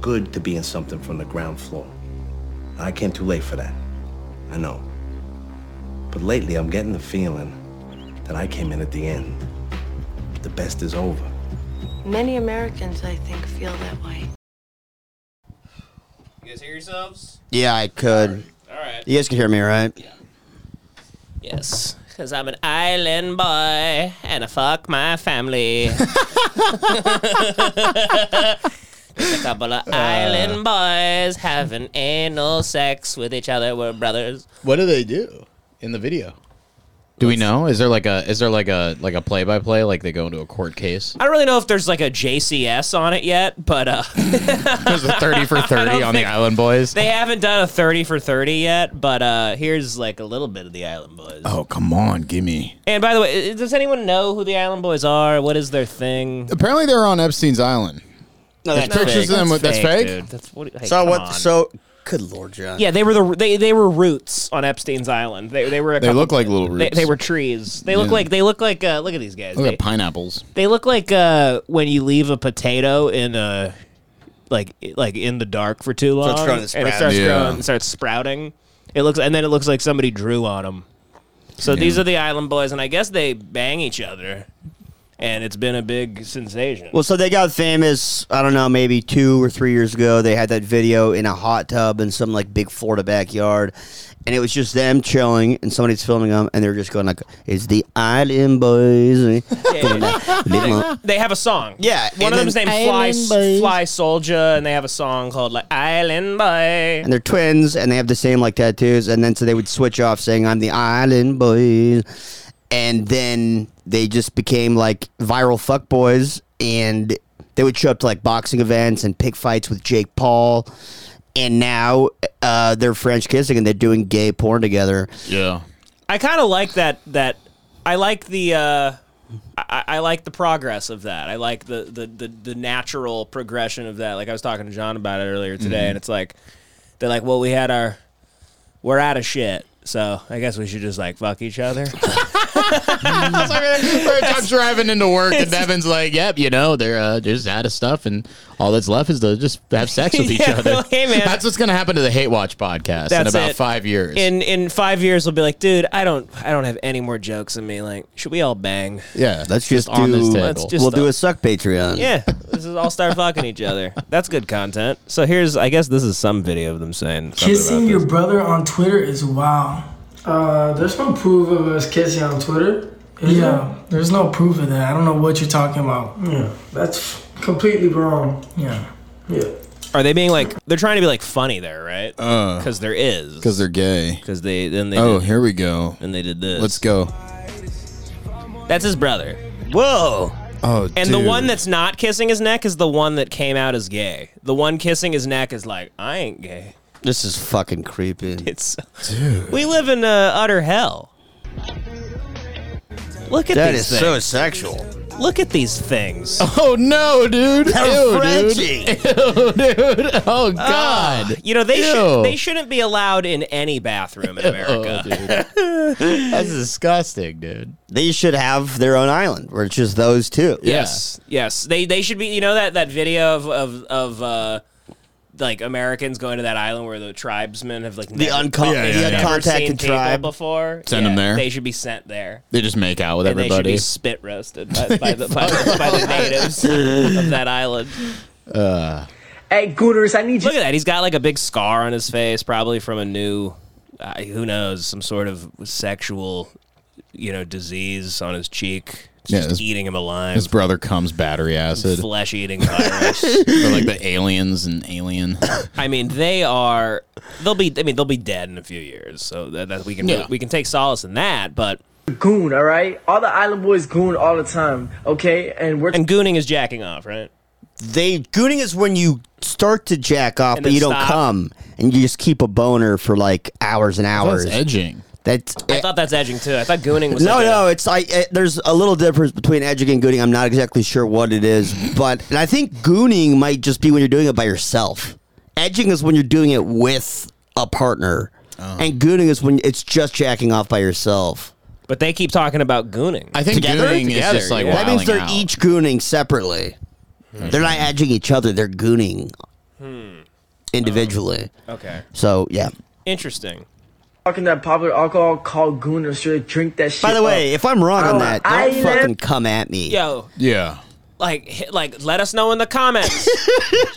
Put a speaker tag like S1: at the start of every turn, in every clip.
S1: good to be in something from the ground floor. I came too late for that. I know. But lately, I'm getting the feeling that I came in at the end. The best is over.
S2: Many Americans, I think, feel that way.
S3: You guys hear yourselves?
S4: Yeah, I could.
S3: All right.
S4: You guys can hear me, right?
S5: Yes, because I'm an island boy and I fuck my family. Just a couple of island boys having anal sex with each other. We're brothers.
S6: What do they do in the video?
S7: Do we know? Is there like a is there like a like a play by play like they go into a court case?
S5: I don't really know if there's like a JCS on it yet, but uh,
S7: There's a thirty for thirty on the Island Boys.
S5: they haven't done a 30 for 30 yet. But uh, here's like a little bit of the Island Boys.
S6: Oh, come on, gimme.
S5: And by the way, i- does anyone know who the Island Boys are? What is their thing?
S6: Apparently they're on Epstein's Island.
S4: No,
S6: There's pictures of them with that's fake.
S5: dude. That's what. hey,
S4: So
S5: come
S4: what?
S5: on.
S4: So good lord, John.
S5: Yeah, they were the they, they were roots on Epstein's island. They, they were a
S6: They
S5: couple-
S6: look like little
S5: they,
S6: roots.
S5: they were trees. They look
S6: Yeah.
S5: like they look like uh, look at these guys.
S6: look
S5: They,
S6: at pineapples.
S5: they look like uh, when you leave a potato in a like like in the dark for too long,
S4: Starts growing and
S5: and it
S4: sprouting.
S5: starts
S6: Yeah.
S5: growing, it starts sprouting. It looks and then it looks like somebody drew on them. So these are the island boys, and I guess they bang each other, and it's been a big sensation.
S4: Well, so they got famous. I don't know, maybe two or three years ago. They had that video in a hot tub in some like big Florida backyard, and it was just them chilling, and somebody's filming them, and they're just going like, "It's the Island Boys." yeah,
S5: They have a song.
S4: Yeah,
S5: one
S4: and
S5: of them's
S4: then-
S5: named Fly
S4: Island Boys.
S5: Fly Soldier, and they have a song called like Island Boy.
S4: and they're twins, and they have the same like tattoos, and then so they would switch off saying, "I'm the Island Boys," and then they just became like viral fuck boys, and they would show up to like boxing events and pick fights with Jake Paul, and now uh, they're French kissing and they're doing gay porn together.
S7: Yeah.
S5: I kind of like that. That I like the. Uh, I, I like the progress of that. I like the, the, the, the natural progression of that. Like I was talking to John about it earlier today,
S4: Mm-hmm.
S5: and it's like they're like, "Well, we had our, we're out of shit, so I guess we should just like fuck each other."
S7: I'm driving into work and Devin's like, "Yep, you know, they're uh, just out of stuff, and all that's left is to just have sex with each
S5: Yeah,
S7: other."
S5: hey, man.
S7: That's what's gonna happen to the Hate Watch podcast in
S5: That's
S7: about
S5: it.
S7: five years.
S5: in in five years, we'll be like, "Dude, I don't I don't have any more jokes in me. Like, should we all bang?"
S6: Yeah.
S4: Let's just,
S7: on
S4: do.
S7: this table.
S5: Let's just
S4: we'll
S5: uh,
S4: do a suck Patreon.
S5: Yeah, this is all start fucking each other. That's good content. So here's, I guess this is some video of them saying something
S8: Kissing
S5: about
S8: your
S5: this.
S8: brother on Twitter is wow.
S9: Uh, there's no proof of us kissing on Twitter. is
S8: yeah, there's no proof of that. I don't know what you're talking about.
S9: there? Yeah, that's completely wrong.
S8: Yeah.
S9: Yeah.
S5: Are they being like? They're trying to be like funny there, right? Because there is.
S6: Because Uh. they're gay.
S5: Because they then they
S6: Oh,
S5: did,
S6: here we go.
S5: and they did this.
S6: Let's go.
S5: That's his brother. Whoa.
S6: Oh,
S5: And the
S6: dude.
S5: one that's not kissing his neck is the one that came out as gay. The one kissing his neck is like, I ain't gay.
S4: This is fucking creepy.
S5: It's we live in uh, utter hell. Look at
S4: That
S5: these
S4: is
S5: things.
S4: so sexual.
S5: Look at these things.
S7: oh no, dude! Ew, dude.
S4: Frenchie.
S7: dude. Oh god.
S5: You know they
S7: Ew.
S5: should, they shouldn't be allowed in any bathroom in
S7: Oh,
S5: America.
S7: dude. That's disgusting, dude.
S4: They should have their own island where it's just those two.
S5: yes, yes. They they should be. You know that that video of of of. Uh, like Americans going to that island where the tribesmen have like
S4: The,
S5: never,
S4: uncon-
S6: Yeah,
S5: they've
S6: yeah, yeah.
S4: the
S5: never seen
S4: uncontacted
S5: people
S4: tribe.
S5: before.
S6: Send 'em there.
S5: They should be sent there.
S7: They just make out with
S5: And they should
S7: everybody.
S5: be spit roasted by, by, the, by, the, by the natives of that island.
S9: Uh, Hey, Gooners, I need you.
S5: Look at that. He's got like a big scar on his face, probably from a new, uh, who knows, some sort of sexual, you know, disease on his cheek. It's
S6: Yeah,
S5: just
S6: his-
S5: eating him
S6: His
S5: alive.
S6: brother comes battery acid.
S5: Flesh eating virus.
S7: They're like the aliens and alien.
S5: I mean, they are. They'll be. I mean, they'll be dead in a few years. So that, that we can
S7: Yeah.
S5: we can take solace in that. But
S9: Goon, all right? All the island boys goon all the time, okay? And we're
S5: and gooning is jacking off, right?
S4: They gooning is when you start to jack off,
S5: And
S4: but
S5: then
S4: you don't
S5: stop.
S4: come, and you just keep a boner for like hours and hours.
S7: That's edging.
S4: That's,
S5: I thought that's edging too. I thought gooning was.
S4: no,
S5: like a-
S4: no. It's like eh, there's a little difference between edging and gooning. I'm not exactly sure what it is, but and I think gooning might just be when you're doing it by yourself. Edging is when you're doing it with a partner,
S7: Oh.
S4: and gooning is when it's just jacking off by yourself.
S5: but they keep talking about gooning.
S7: I think
S4: Together?
S7: gooning
S5: Together,
S7: is just like
S5: yeah.
S4: That means
S7: wilding
S4: they're
S7: out. Hmm.
S4: each gooning separately. They're not edging each other. They're gooning.
S5: Hmm.
S4: individually.
S5: Okay.
S4: So yeah.
S5: Interesting.
S9: Fucking that popular alcohol called goon or should I drink that shit?
S4: By the way,
S9: up?
S4: if I'm wrong on
S9: Our
S4: that, don't
S9: island-
S4: fucking come at me.
S5: Yo,
S6: Yeah.
S5: like, hit- like, let us know in the comments.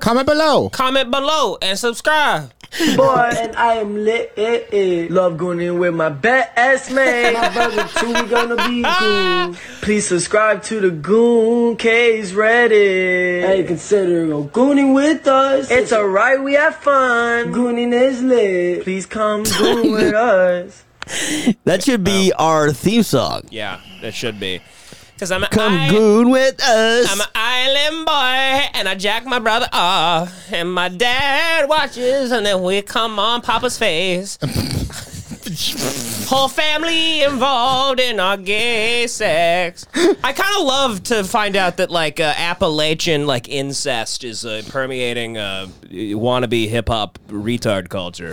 S6: Comment below.
S5: Comment below and subscribe.
S9: boy, and I am lit. Eh, eh. Love going in with my best man, my brother too. We gonna be goon. Please subscribe to the Goon Case Reddit. Hey, consider gooning with us. It's alright, we have fun. Gooning is lit. Please come goon with us.
S4: That should be our theme song.
S5: Yeah, it should be. Because I'm a
S4: Come
S5: I-
S4: goon with us.
S5: I'm an island boy, and I jack my brother off, and my dad watches, and then we come on Papa's face. Whole family involved in our gay sex. I kind of love to find out that like uh, Appalachian like incest is uh, permeating uh, wannabe hip hop retard culture.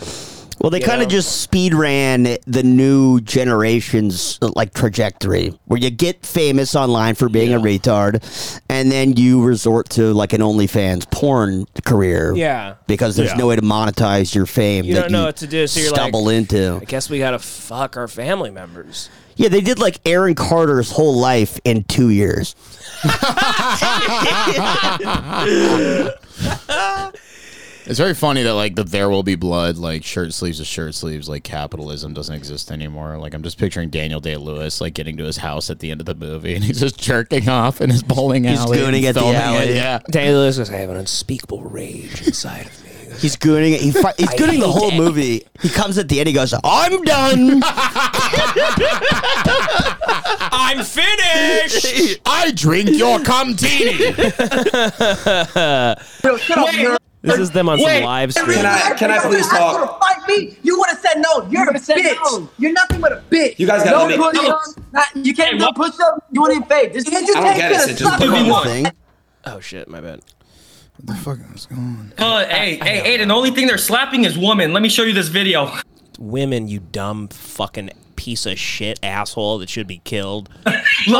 S4: well, they
S5: you
S4: kind
S5: know.
S4: of just speed ran the new generation's uh, like trajectory, where you get famous online for being a retard, and then you resort to like an OnlyFans porn career.
S5: Yeah.
S4: because there's
S5: Yeah.
S4: no way to monetize your fame.
S5: You
S4: that
S5: don't know what to do, so you're like-
S4: stumble into.
S5: I guess we gotta fuck our family members.
S4: Yeah, they did like Aaron Carter's whole life in two years.
S6: It's very funny that like the "There Will Be Blood" like shirt sleeves to shirt sleeves like capitalism doesn't exist anymore. Like I'm just picturing Daniel Day Lewis like getting to his house at the end of the movie and he's just jerking off in his bowling
S4: He's
S6: alley. and
S4: gooning at the
S6: filming it.
S4: alley.
S6: Yeah.
S5: Daniel Lewis goes, I have an unspeakable rage inside of me.
S4: He's gooning it. He fi- he's gooning the
S5: hate
S4: whole
S5: it.
S4: movie. He comes at the end. He goes, "I'm done."
S5: I'm finished!
S6: I drink your comtini.
S5: This is them on some live stream.
S3: Can I can I please
S10: You
S3: talk?
S10: wanna fight me? You wanna say no? You're a bitch. You're nothing but a bitch.
S3: You guys gotta
S10: no
S3: let me-
S10: push-ups. Not- You can't do push up. You want to invade? Just you
S3: I don't get it. Sid. Just put on one.
S4: Thing.
S5: Oh shit, my bad.
S11: Uh, hey, hey, Aiden, the only thing they're slapping is woman. Let me show you this video.
S5: Women, you dumb fucking piece of shit asshole that should be killed.
S10: No,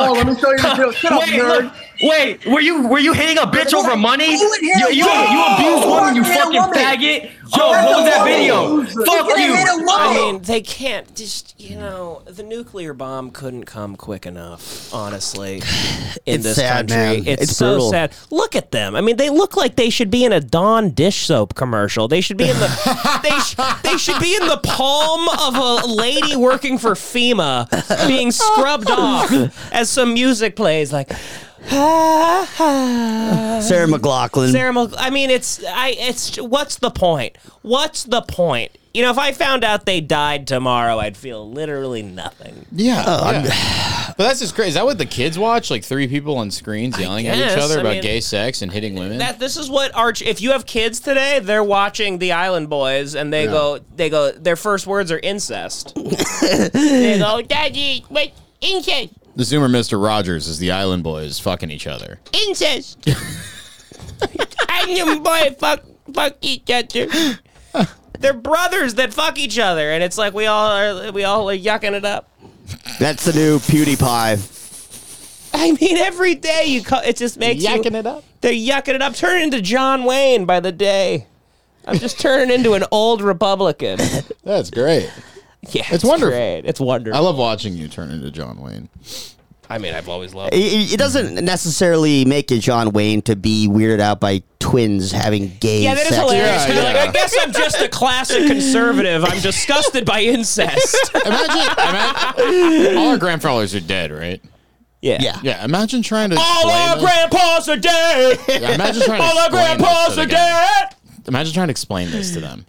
S10: Oh, let me show you the video. Shut up,
S11: Wait,
S10: nerd.
S11: look, wait, were you were you hitting a bitch over money?
S10: You in here-
S11: You, you, you abused woman, you fucking faggot. Oh, what was that video? Fuck
S10: You hit a
S11: you.
S10: woman.
S5: I mean, they can't just you know the nuclear bomb couldn't come quick enough. Honestly, in
S4: It's
S5: this
S4: sad,
S5: country,
S4: man.
S5: it's,
S4: It's
S5: so
S4: brutal.
S5: sad. Look at them. I mean, they look like they should be in a Dawn dish soap commercial. They should be in the they sh- they should be in the palm of a lady working for FEMA, being scrubbed off as some music plays like. ah,
S4: Sarah McLaughlin.
S5: ceremonial. I mean, it's I. It's what's the point? What's the point? You know, if I found out they died tomorrow, I'd feel literally nothing.
S6: yeah.
S5: Oh,
S6: yeah. But that's just crazy. Is that what the kids watch? Like three people on screens yelling at
S5: guess.
S6: each other
S5: I
S6: about
S5: mean,
S6: gay sex and hitting women.
S5: That this is what Arch. If you have kids today, they're watching The Island Boys, and they go, they go. Their first words are incest. they go, Daddy, wait, incest,
S6: the Zoomer Mr. Rogers is the Island Boys fucking each other.
S5: incest. and your boy fuck fuck each other. They're brothers that fuck each other, and it's like we all are we all are yucking it up.
S4: That's the new PewDiePie.
S5: I mean, every day you call, it just makes you,
S6: up.
S5: They're yucking it up. Turn into John Wayne by the day. I'm just turning into an old Republican.
S6: That's great.
S5: Yeah, it's,
S6: wonderful.
S5: great. It's
S6: I
S5: wonderful.
S6: love watching you turn into John Wayne.
S5: I mean, I've always loved.
S4: It, it doesn't necessarily make it John Wayne to be weirded out by twins having gay
S5: Yeah, that is
S4: sex.
S5: hilarious.
S6: Yeah,
S5: You're like,
S6: yeah.
S5: I guess I'm just a classic conservative. I'm disgusted by incest.
S6: Imagine, imagine all our grandfathers are dead, right?
S5: Yeah.
S4: Yeah.
S6: Yeah, imagine trying to
S5: All
S6: explain
S5: our
S6: this-
S5: grandpas are dead.
S6: Yeah, imagine trying to
S5: All our
S6: explain this to
S5: grandpas
S6: the
S5: are
S6: guy.
S5: dead.
S6: Imagine trying to explain this to them.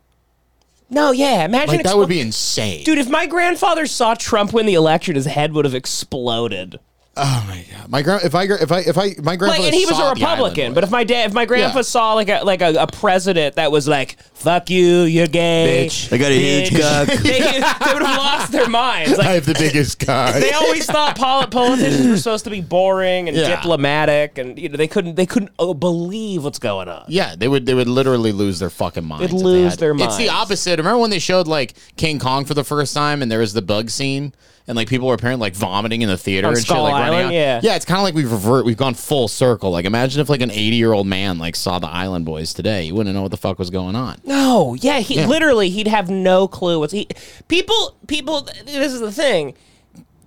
S5: No, yeah. Imagine
S6: Like that would
S5: expl-
S6: be insane.
S5: Dude, if my grandfather saw Trump win the election, his head would have exploded.
S6: Oh my god. My grand if I gra- if I if I my grandfather
S5: like, and he was a
S6: saw the
S5: Republican.
S6: island
S5: But if my dad, if my grandpa
S6: Yeah.
S5: saw like a like a, a president that was like, "Fuck you, you're gay," bitch,
S4: I got a huge cock.
S5: they, they would have lost their minds.
S6: I
S5: Like
S6: have the biggest guy.
S5: they always thought poli- politicians were supposed to be boring and
S6: Yeah.
S5: diplomatic, and you know they couldn't they couldn't uh, believe what's going on.
S6: yeah, they would they would literally lose their fucking minds. if they
S5: lose
S6: had-
S5: their
S6: It's
S5: minds.
S6: the opposite. Remember when they showed like King Kong for the first time and there was the bug scene and like people were apparently like vomiting in the theater
S5: On
S6: and shit
S5: Skull
S6: like
S5: island? Yeah.
S6: yeah. It's kind of like we've revert. We've gone full circle. Like imagine if like an eighty year old man like saw the Island Boys today, you wouldn't know what the fuck was going on.
S5: No, yeah, he
S6: Yeah.
S5: literally he'd have no clue what's he. People, people. This is the thing.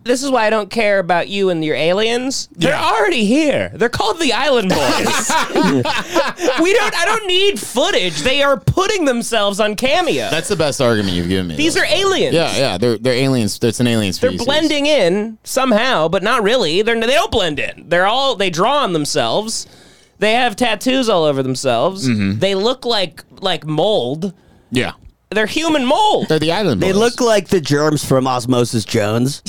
S5: This is why I don't care about you and your aliens. They're already here. They're called the Island Boys. we don't. I don't need footage. They are putting themselves on cameo.
S6: That's the best argument you've given me.
S5: These are aliens.
S6: Yeah, yeah, they're they're aliens. It's an alien
S5: They're
S6: species.
S5: blending in somehow, but not really. They're, they don't blend in. They're all they draw on themselves. They have tattoos all over themselves.
S6: Mhm.
S5: They look like like mold.
S6: Yeah.
S5: They're human mold.
S6: They're the island.
S4: They look like the germs from Osmosis Jones.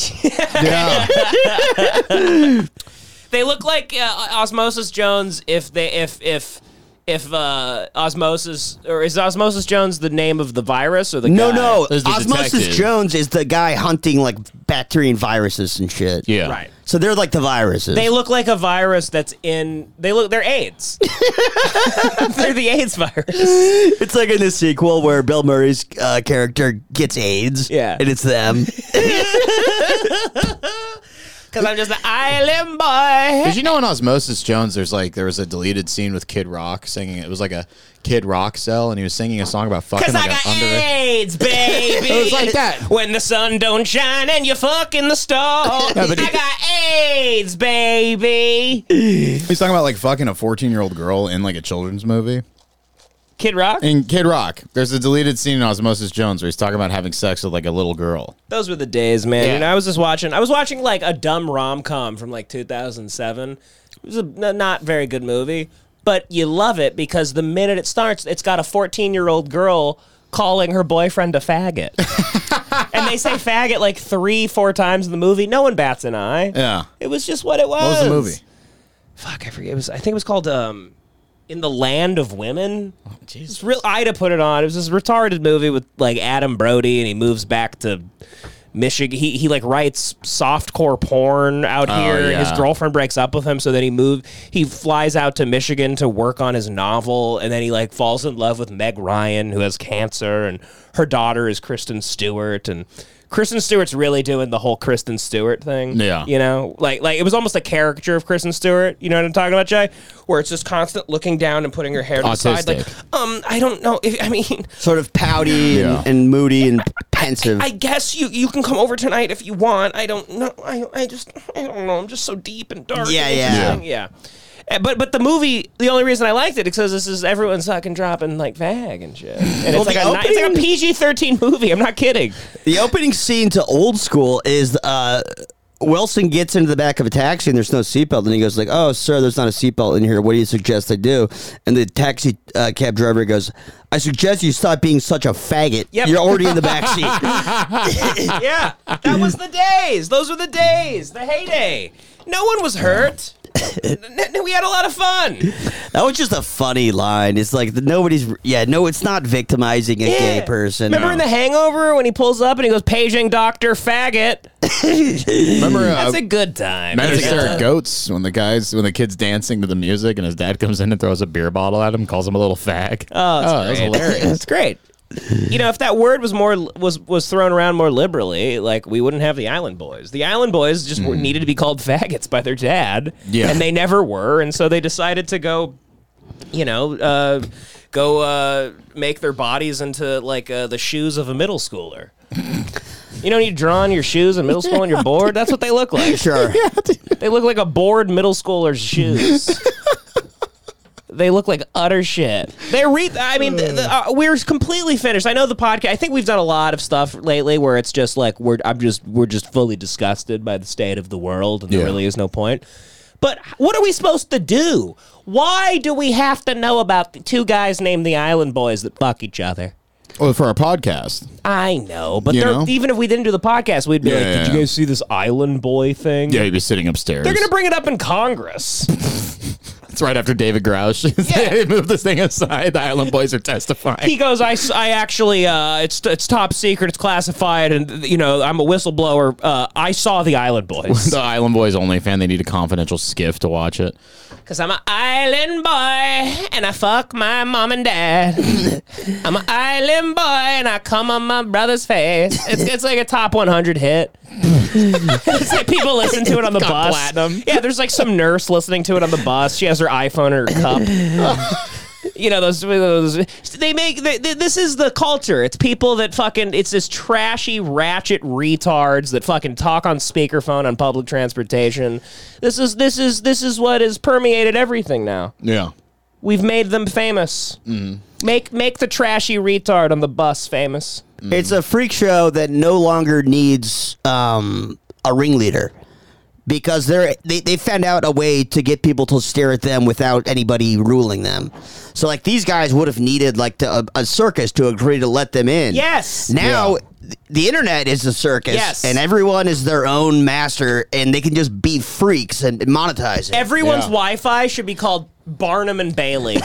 S5: They look like uh, Osmosis Jones if they if if if uh, Osmosis or is Osmosis Jones the name of the virus or the
S4: no,
S5: guy?
S4: no. Osmosis Jones is the guy hunting like bacteria and viruses and shit.
S6: Yeah.
S5: Right.
S4: So they're like the viruses.
S5: They look like a virus that's in. They look. They're AIDS. they're the AIDS virus.
S4: it's like in the sequel where Bill Murray's uh, character gets AIDS.
S5: Yeah.
S4: And it's them.
S5: Because I'm just an island boy.
S6: Did you know in Osmosis Jones, there's like there was a deleted scene with Kid Rock singing. It was like a Kid Rock cell, and he was singing a song about fucking
S5: Cause
S6: like
S5: I got eh.
S6: an underage.
S5: AIDS, baby.
S6: It was like that.
S5: When the sun don't shine and you fuck in the store,
S6: but he-
S5: I got AIDS, baby.
S6: He's talking about like fucking a 14 year old girl in like a children's movie.
S5: Kid Rock.
S6: In Kid Rock, there's a deleted scene in Osmosis Jones where he's talking about having sex with like a little girl.
S5: Those were the days, man.
S6: Yeah.
S5: And I was just watching. I was watching like a dumb rom com from like 2007. It was a n- not very good movie, but you love it because the minute it starts, it's got a 14 year old girl calling her boyfriend a faggot, and they say faggot like three, four times in the movie. No one bats an eye.
S6: Yeah.
S5: It was just what it was.
S6: What was the movie?
S5: Fuck, I forget. It was. I think it was called um, "In the Land of Women."
S6: Jesus.
S5: It's real. Ida put it on. It was this retarded movie with like Adam Brody, and he moves back to Michigan. He he like writes softcore porn out
S6: Oh,
S5: here. His
S6: yeah.
S5: girlfriend breaks up with him, so then he move. He flies out to Michigan to work on his novel, and then he like falls in love with Meg Ryan, who has cancer, and her daughter is Kristen Stewart, and. Kristen Stewart's really doing the whole Kristen Stewart thing.
S6: Yeah.
S5: You know, like like it was almost a caricature of Kristen Stewart. You know what I'm talking about, Jay? Where it's just constant looking down and putting her hair to the side, like,
S6: Autistic.
S5: um, I don't know. If I mean,
S4: sort of pouty
S6: Yeah.
S4: and, and moody and pensive.
S5: I guess you you can come over tonight if you want. I don't know. I I just I don't know. I'm just so deep and dark.
S4: Yeah,
S5: and
S4: yeah.
S5: interesting. yeah. Uh, But but the movie, the only reason I liked it is because this is everyone's fucking dropping like vag and shit. And it's, like
S4: the
S5: a, ni- it's like a
S4: opening-
S5: PG thirteen movie. I'm not kidding.
S4: the opening scene to Old School is uh, Wilson gets into the back of a taxi and there's no seatbelt, and he goes like, "Oh, sir, there's not a seatbelt in here. What do you suggest I do?" And the taxi uh, cab driver goes, "I suggest you stop being such a faggot.
S5: Yep.
S4: You're already in the back seat."
S5: yeah, that was the days. Those were the days. The heyday. No one was hurt. N- n- we had a lot of fun.
S4: that was just a funny line. It's like nobody's. Yeah, no, it's not victimizing a gay
S5: Yeah.
S4: person.
S5: Remember in The Hangover when he pulls up and he goes, "Paging Doctor Faggot."
S6: Remember, uh,
S5: That's a good time.
S6: Matter
S5: That's a good
S6: Sarah Goats when the guys when the kids dancing to the music and his dad comes in and throws a beer bottle at him, calls him a little fag.
S5: Oh, it's
S6: that was hilarious.
S5: It's great. You know, if that word was more was was thrown around more liberally, like we wouldn't have the Island Boys. The Island Boys just were, needed to be called faggots by their dad,
S6: Mm. Yeah.
S5: and they never were, and so they decided to go, you know, uh, go uh, make their bodies into like uh, the shoes of a middle schooler. you know, when you draw on your shoes in middle school and you're bored. That's what they look like.
S4: sure.
S5: They look like a bored middle schooler's shoes. they look like utter shit. They're re. I mean, th- th- uh, we're completely finished. I know the podcast. I think we've done a lot of stuff lately where it's just like we're. I'm just. We're just fully disgusted by the state of the world, and
S6: Yeah.
S5: there really is no point. But what are we supposed to do? Why do we have to know about the two guys named the Island Boys that fuck each other?
S6: Well, for our podcast,
S5: I know, but
S6: You
S5: they're,
S6: know?
S5: even if we didn't do the podcast, we'd be
S6: Yeah,
S5: like,
S6: yeah,
S5: "Did
S6: yeah.
S5: you guys see this Island Boy thing?"
S6: yeah, he'd be sitting upstairs.
S5: They're gonna bring it up in Congress.
S6: It's right after David Grouch. they moved this thing aside. The Island Boys are testifying.
S5: he goes, I, s- I actually, uh, it's it's top secret, it's classified, and you know I'm a whistleblower. Uh, I saw the Island Boys
S6: the Island Boys only fan. They need a confidential skiff to watch it.
S5: Cause I'm an island boy and I fuck my mom and dad. I'm an island boy and I come on my brother's face. It's, it's like a top 100 hit. it's like people listen to it on the
S7: Got
S5: bus.
S7: platinum.
S5: Yeah, there's like some nurse listening to it on the bus. She has her iPhone in her cup. you know those, those they make they, they- this is the culture it's people that fucking it's this trashy ratchet retards that fucking talk on speakerphone on public transportation this is this is this is what has permeated everything now
S6: Yeah.
S5: we've made them famous make make the trashy retard on the bus famous
S4: It's a freak show that no longer needs um, a ringleader because they're, they they found out a way to get people to stare at them without anybody ruling them. So like these guys would have needed like to, a, a circus to agree to let them in.
S5: Yes.
S4: Now th- the internet is a circus.
S5: Yes.
S4: And everyone is their own master, and they can just be freaks and monetize it.
S5: everyone's wi-fi should be called barnum and bailey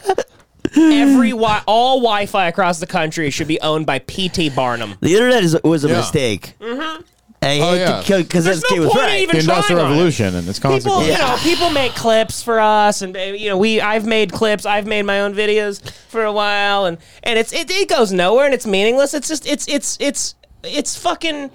S5: Every wi- all Wi-Fi across the country should be owned by PT Barnum.
S4: The internet is, was a
S5: Yeah.
S4: mistake.
S5: Mm-hmm.
S4: I hate
S6: yeah.
S4: to kill because
S5: There's
S4: this kid
S5: no
S4: was
S5: point in
S4: right.
S5: even The Industrial trying on it. Revolution
S6: and its
S5: people, you know, people make clips for us, and uh, you know, we I've made clips, I've made my own videos for a while, and and it's it, it goes nowhere, and it's meaningless. It's just it's it's it's it's fucking.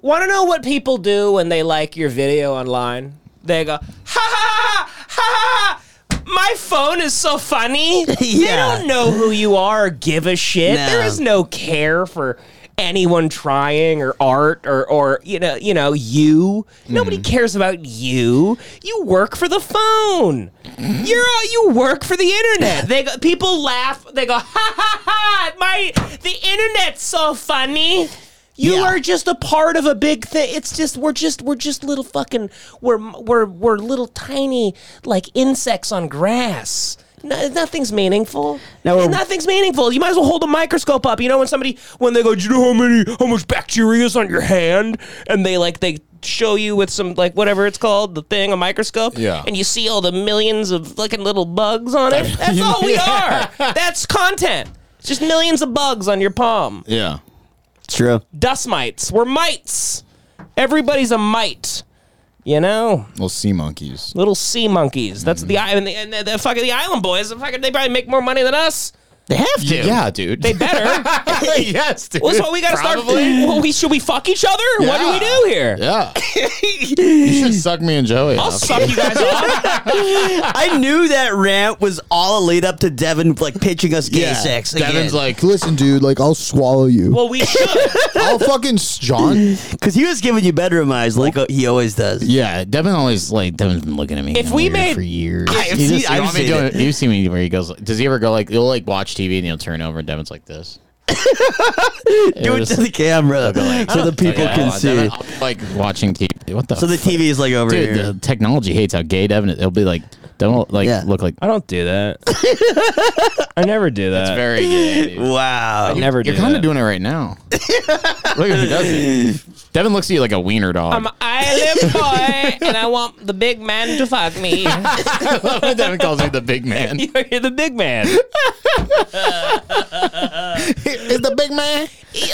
S5: Want to know what people do when they like your video online? They go, ha ha ha ha. ha, My phone is so funny. They
S11: Yeah.
S5: don't know who you are or give a shit.
S11: No.
S5: There is no care for anyone trying or art or or you know you know you nobody cares about you you work for the phone you're all, you work for the internet they go, people laugh they go ha ha ha my the internet's so funny you are just a part of a big thing. It's just we're just we're just little fucking we're we're we're little tiny like insects on grass. No, nothing's meaningful. No, nothing's meaningful. You might as well hold a microscope up. You know when somebody when they go, do you know how many how much bacteria is on your hand, and they like they show you with some like whatever it's called the thing a microscope.
S11: Yeah.
S5: And you see all the millions of fucking little bugs on it. That's all we are. That's content. It's just millions of bugs on your palm.
S6: Yeah.
S4: True.
S5: Dust mites. We're mites. Everybody's a mite. You know,
S6: Little sea monkeys.
S5: little sea monkeys. That's the I and the, and the, the fucking the island boys. The fucking, they probably make more money than us.
S4: They have
S6: to. Yeah, dude.
S5: They better.
S6: yes, dude.
S5: Well, so we gotta
S6: Probably.
S5: start. Well, we should we fuck each other? What do we
S6: Yeah.
S5: do here?
S6: Yeah. you should suck me and Joey.
S5: I'll
S6: off.
S5: suck you guys
S4: I knew that rant was all a lead up to Devin like pitching us gay sex. Again.
S6: Devin's like, listen, dude, like I'll swallow you.
S5: Well, we should.
S6: I'll fucking John,
S4: because he was giving you bedroom eyes like uh, he always does.
S6: Yeah, Devin always like Devin's been looking at me.
S5: If
S6: kinda
S5: we
S6: weird
S5: made-
S6: for years,
S5: I have
S6: You
S5: seen-
S6: just-
S5: I've
S6: you know what I
S5: seen
S6: mean?
S5: it.
S6: Don't- You've seen me where he goes. like- Does he ever go like? He'll like watch TV and he'll turn over and Devin's like this.
S4: Do it to the camera so the people
S6: Okay,
S4: can
S6: hold on, Devin,
S4: see.
S6: I'll, like watching TV. What the?
S4: So the TV is like over
S6: Dude,
S4: here.
S6: the technology hates how gay Devin is. It'll be like, don't like look like.
S5: I don't do that. I never do that.
S6: That's very gay. Dude.
S4: Wow,
S5: I never do
S6: You're kind
S5: that.
S6: of doing it right now. look at who does it. Devin looks at you like a wiener dog.
S5: I'm an island boy, and I want the big man to fuck me.
S6: I love when Devin calls me the big man.
S5: You're the big man.
S6: Is the big man?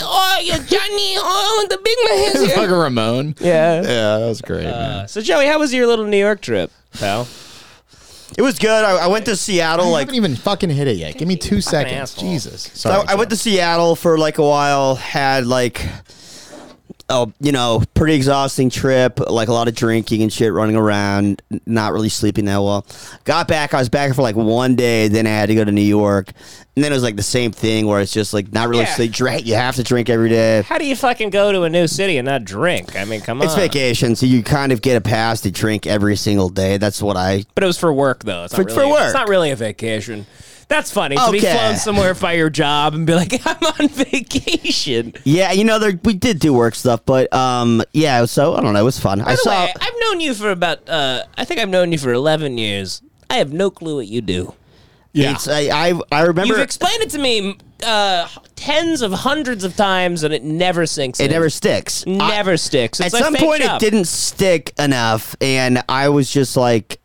S5: Oh, you're Johnny. Oh, the big man is
S6: Fucking Ramon.
S5: Yeah.
S6: Yeah, that was great.
S5: Uh,
S6: man.
S5: So Joey, how was your little New York trip, pal?
S4: It was good. I, I went to Seattle.
S6: I
S4: like
S6: haven't even fucking hit it yet. Give me two seconds.
S5: asshole.
S6: Jesus.
S4: So I, I went to Seattle for like a while. Had like a you know pretty exhausting trip. Like a lot of drinking and shit, running around, n- not really sleeping that well. Got back. I was back for like one day. Then I had to go to New York, and then it was like the same thing where it's just like not really
S5: Yeah.
S4: sleep. Drink. You have to drink every day.
S5: How do you fucking go to a new city and not drink? I mean, come on.
S4: It's vacation, so you kind of get a pass to drink every single day. That's what I.
S5: But it was for work though. It's not
S4: For-
S5: really,
S4: for work.
S5: It's not really a vacation. That's funny to be
S4: Okay.
S5: flown somewhere by your job and be like, I'm on vacation.
S4: Yeah, you know, there, we did do work stuff, but um, yeah. So I don't know. It was fun.
S5: By
S4: I
S5: the
S4: saw.
S5: way, I've known you for about. Uh, I think I've known you for 11 years. I have no clue what you do.
S4: yeah, it's, I, I I remember.
S5: You've explained it to me uh, tens of hundreds of times, and it never sinks.
S4: It
S5: in.
S4: never sticks.
S5: Never sticks. It's
S4: At
S5: like
S4: some
S5: fake
S4: point,
S5: up.
S4: it didn't stick enough, and I was just like,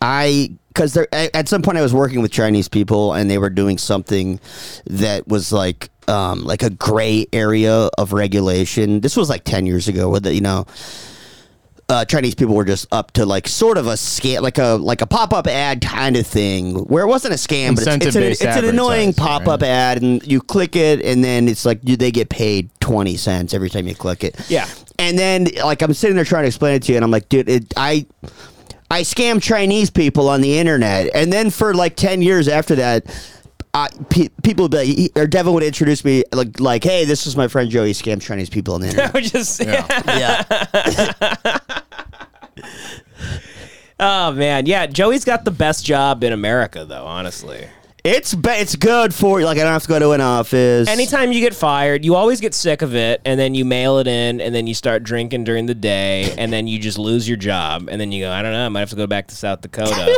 S4: I because there a- at some point I was working with Chinese people, and they were doing something that was like. Um, like a gray area of regulation. This was like ten years ago, with the, you know, uh, Chinese people were just up to like sort of a scam, like a like a pop up ad kind of thing, where it wasn't a scam, but it's, it's, an,
S6: Incentive-based
S4: it's an annoying
S6: advertising,
S4: pop up ad, and you click it, and then it's like you, they get paid twenty cents every time you click it.
S5: Yeah.
S4: and then like I'm sitting there trying to explain it to you, and I'm like, dude, it, I. I scam Chinese people on the internet, and then for like ten years after that, I, pe- people would be like, he- or Devin would introduce me like, like, hey, this is my friend Joey. He scams Chinese people on the internet.
S5: I would just yeah. oh man, yeah. Joey's got the best job in America, though. Honestly,
S4: It's ba- it's good for you. Like I don't have to go to an office.
S5: anytime you get fired, you always get sick of it, and then you mail it in, and then you start drinking during the day, and then you just lose your job, and then you go, I don't know, I might have to go back to South Dakota.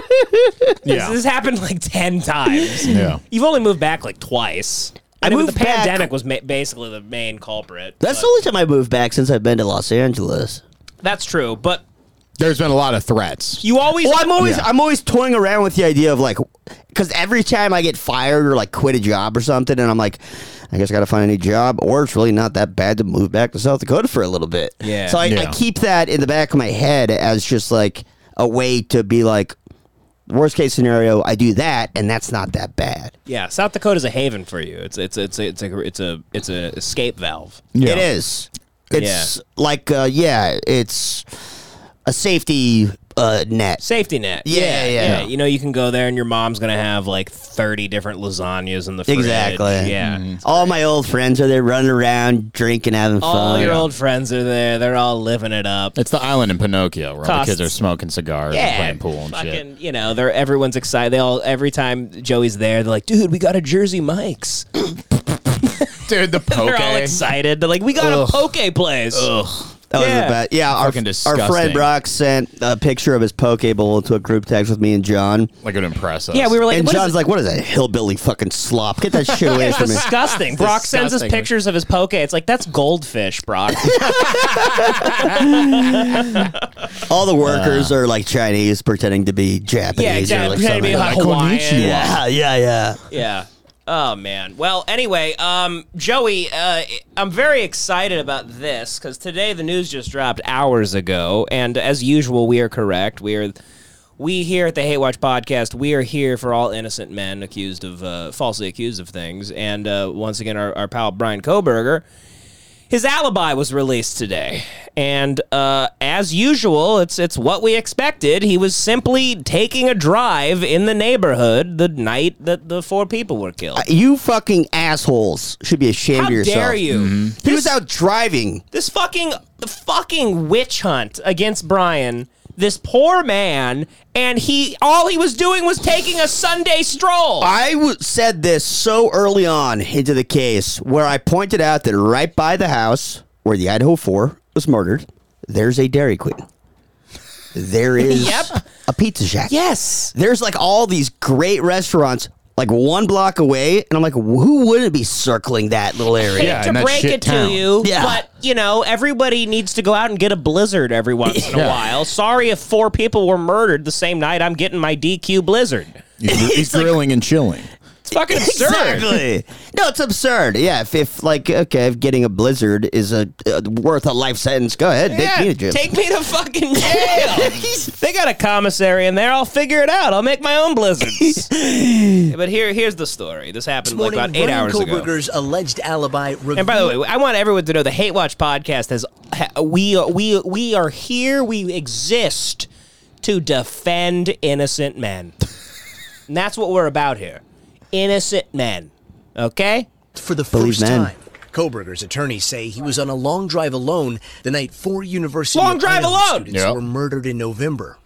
S5: This, this happened like ten times.
S6: Yeah.
S5: You've only moved back like twice.
S4: I
S5: I mean, the
S4: moved back-
S5: pandemic was ma- basically the main culprit.
S4: That's the only time I moved back since I've been to Los Angeles.
S5: That's true, but
S6: There's been a lot of threats.
S5: you always.
S4: Well, I'm always
S6: Yeah.
S4: I'm always toying around with the idea of like, because every time I get fired or like quit a job or something, and I'm like, I guess I got to find a new job, or it's really not that bad to move back to South Dakota for a little bit.
S5: Yeah.
S4: So I, I
S6: Yeah.
S4: keep that in the back of my head as just like a way to be like, worst case scenario, I do that, and that's not that bad.
S5: Yeah, South Dakota's a haven for you. It's it's it's it's a it's a it's a escape valve.
S6: Yeah.
S4: It is. It's like uh, yeah, it's a safety uh, net.
S5: Safety net.
S4: Yeah, yeah.
S5: You know, you can go there and your mom's going to have like 30 different lasagnas in the fridge.
S4: Exactly. Hmm.
S5: Yeah.
S4: All my old friends are there running around, drinking, having
S5: Mm-hmm. All
S4: fun.
S5: your old friends are there. They're all living it up.
S6: It's the island in Pinocchio where all the
S5: Costs.
S6: kids are smoking cigars and playing pool and shit.
S5: fucking, you know, they're everyone's excited. They all every time Joey's there, they're like, "Dude, we got a Jersey Mike's."
S6: Dude, the poke.
S5: They're all excited. They're like, "We got
S6: Ugh.
S5: a poke place."
S4: That was the
S5: Yeah.
S4: best. Yeah, our,
S6: Fucking
S4: our friend
S6: disgusting.
S4: Brock sent a picture of his poke bowl to a group text with me and John.
S6: Like it would impress us.
S5: Yeah, we were like,
S4: and
S5: "What is
S4: John's like, "What is that hillbilly fucking slop? Get that shit away
S5: It's
S4: from me."
S5: disgusting. Brock sends us
S6: disgusting.
S5: pictures of his poke. It's like that's goldfish, Brock.
S4: All the workers are like Chinese, pretending to be Japanese.
S5: Uh. yeah,
S4: Or
S5: exactly.
S4: like
S5: Pretend to be
S4: something.
S5: like Hawaiian.
S4: yeah, yeah, yeah.
S5: Yeah. Oh man. Well, anyway, um, Joey, uh, I'm very excited about this because today the news just dropped hours ago, and as usual, we are correct. We are, we here at the Hate Watch podcast, we are here for all innocent men accused of uh, falsely accused of things, and uh, once again, our, our pal Brian Koberger. His alibi was released today, and uh, as usual, it's it's what we expected. He was simply taking a drive in the neighborhood the night that the four people were killed.
S4: You fucking assholes should be ashamed
S5: How
S4: of yourself. Mm-hmm.
S5: dare you?
S4: He was out driving.
S5: This fucking the fucking witch hunt against Brian. This poor man, and he all he was doing was taking a Sunday stroll.
S4: I w- said this so early on into the case where I pointed out that right by the house where the Idaho 4 was murdered, there's a Dairy Queen. There is
S5: Yep.
S4: a Pizza Shack.
S5: yes.
S4: There's like all these great restaurants like one block away. And I'm like, who wouldn't be circling that little area?
S6: Yeah,
S5: to
S6: in that
S5: break
S6: shit
S5: it
S6: town.
S5: to you,
S4: Yeah.
S5: but you know everybody needs to go out and get a blizzard every once in a
S6: Yeah.
S5: while. Sorry if four people were murdered the same night. I'm getting my DQ blizzard.
S6: He's, he's grilling and chilling.
S5: It's fucking absurd.
S4: Exactly. No, it's absurd. Yeah, if, if like okay, if getting a blizzard is a uh, worth a life sentence, go ahead,
S5: Yeah,
S4: take me to jail.
S5: take me to fucking jail. they got a commissary in there. I'll figure it out. I'll make my own blizzards. but here, here's the story. This happened like about eight hours ago.
S12: alleged alibi.
S5: And by the way, I want everyone to know the Hate Watch podcast has ha- we are we we are here. We exist to defend innocent men. and that's what we're about here. Innocent men. Okay?
S12: for the
S4: Believe
S12: first
S4: men.
S12: time. Koberger's attorneys say he was on a long drive alone the night four University
S5: Long
S12: of
S5: drive
S12: Idaho
S5: alone!
S12: students
S6: Yep.
S12: were murdered in November.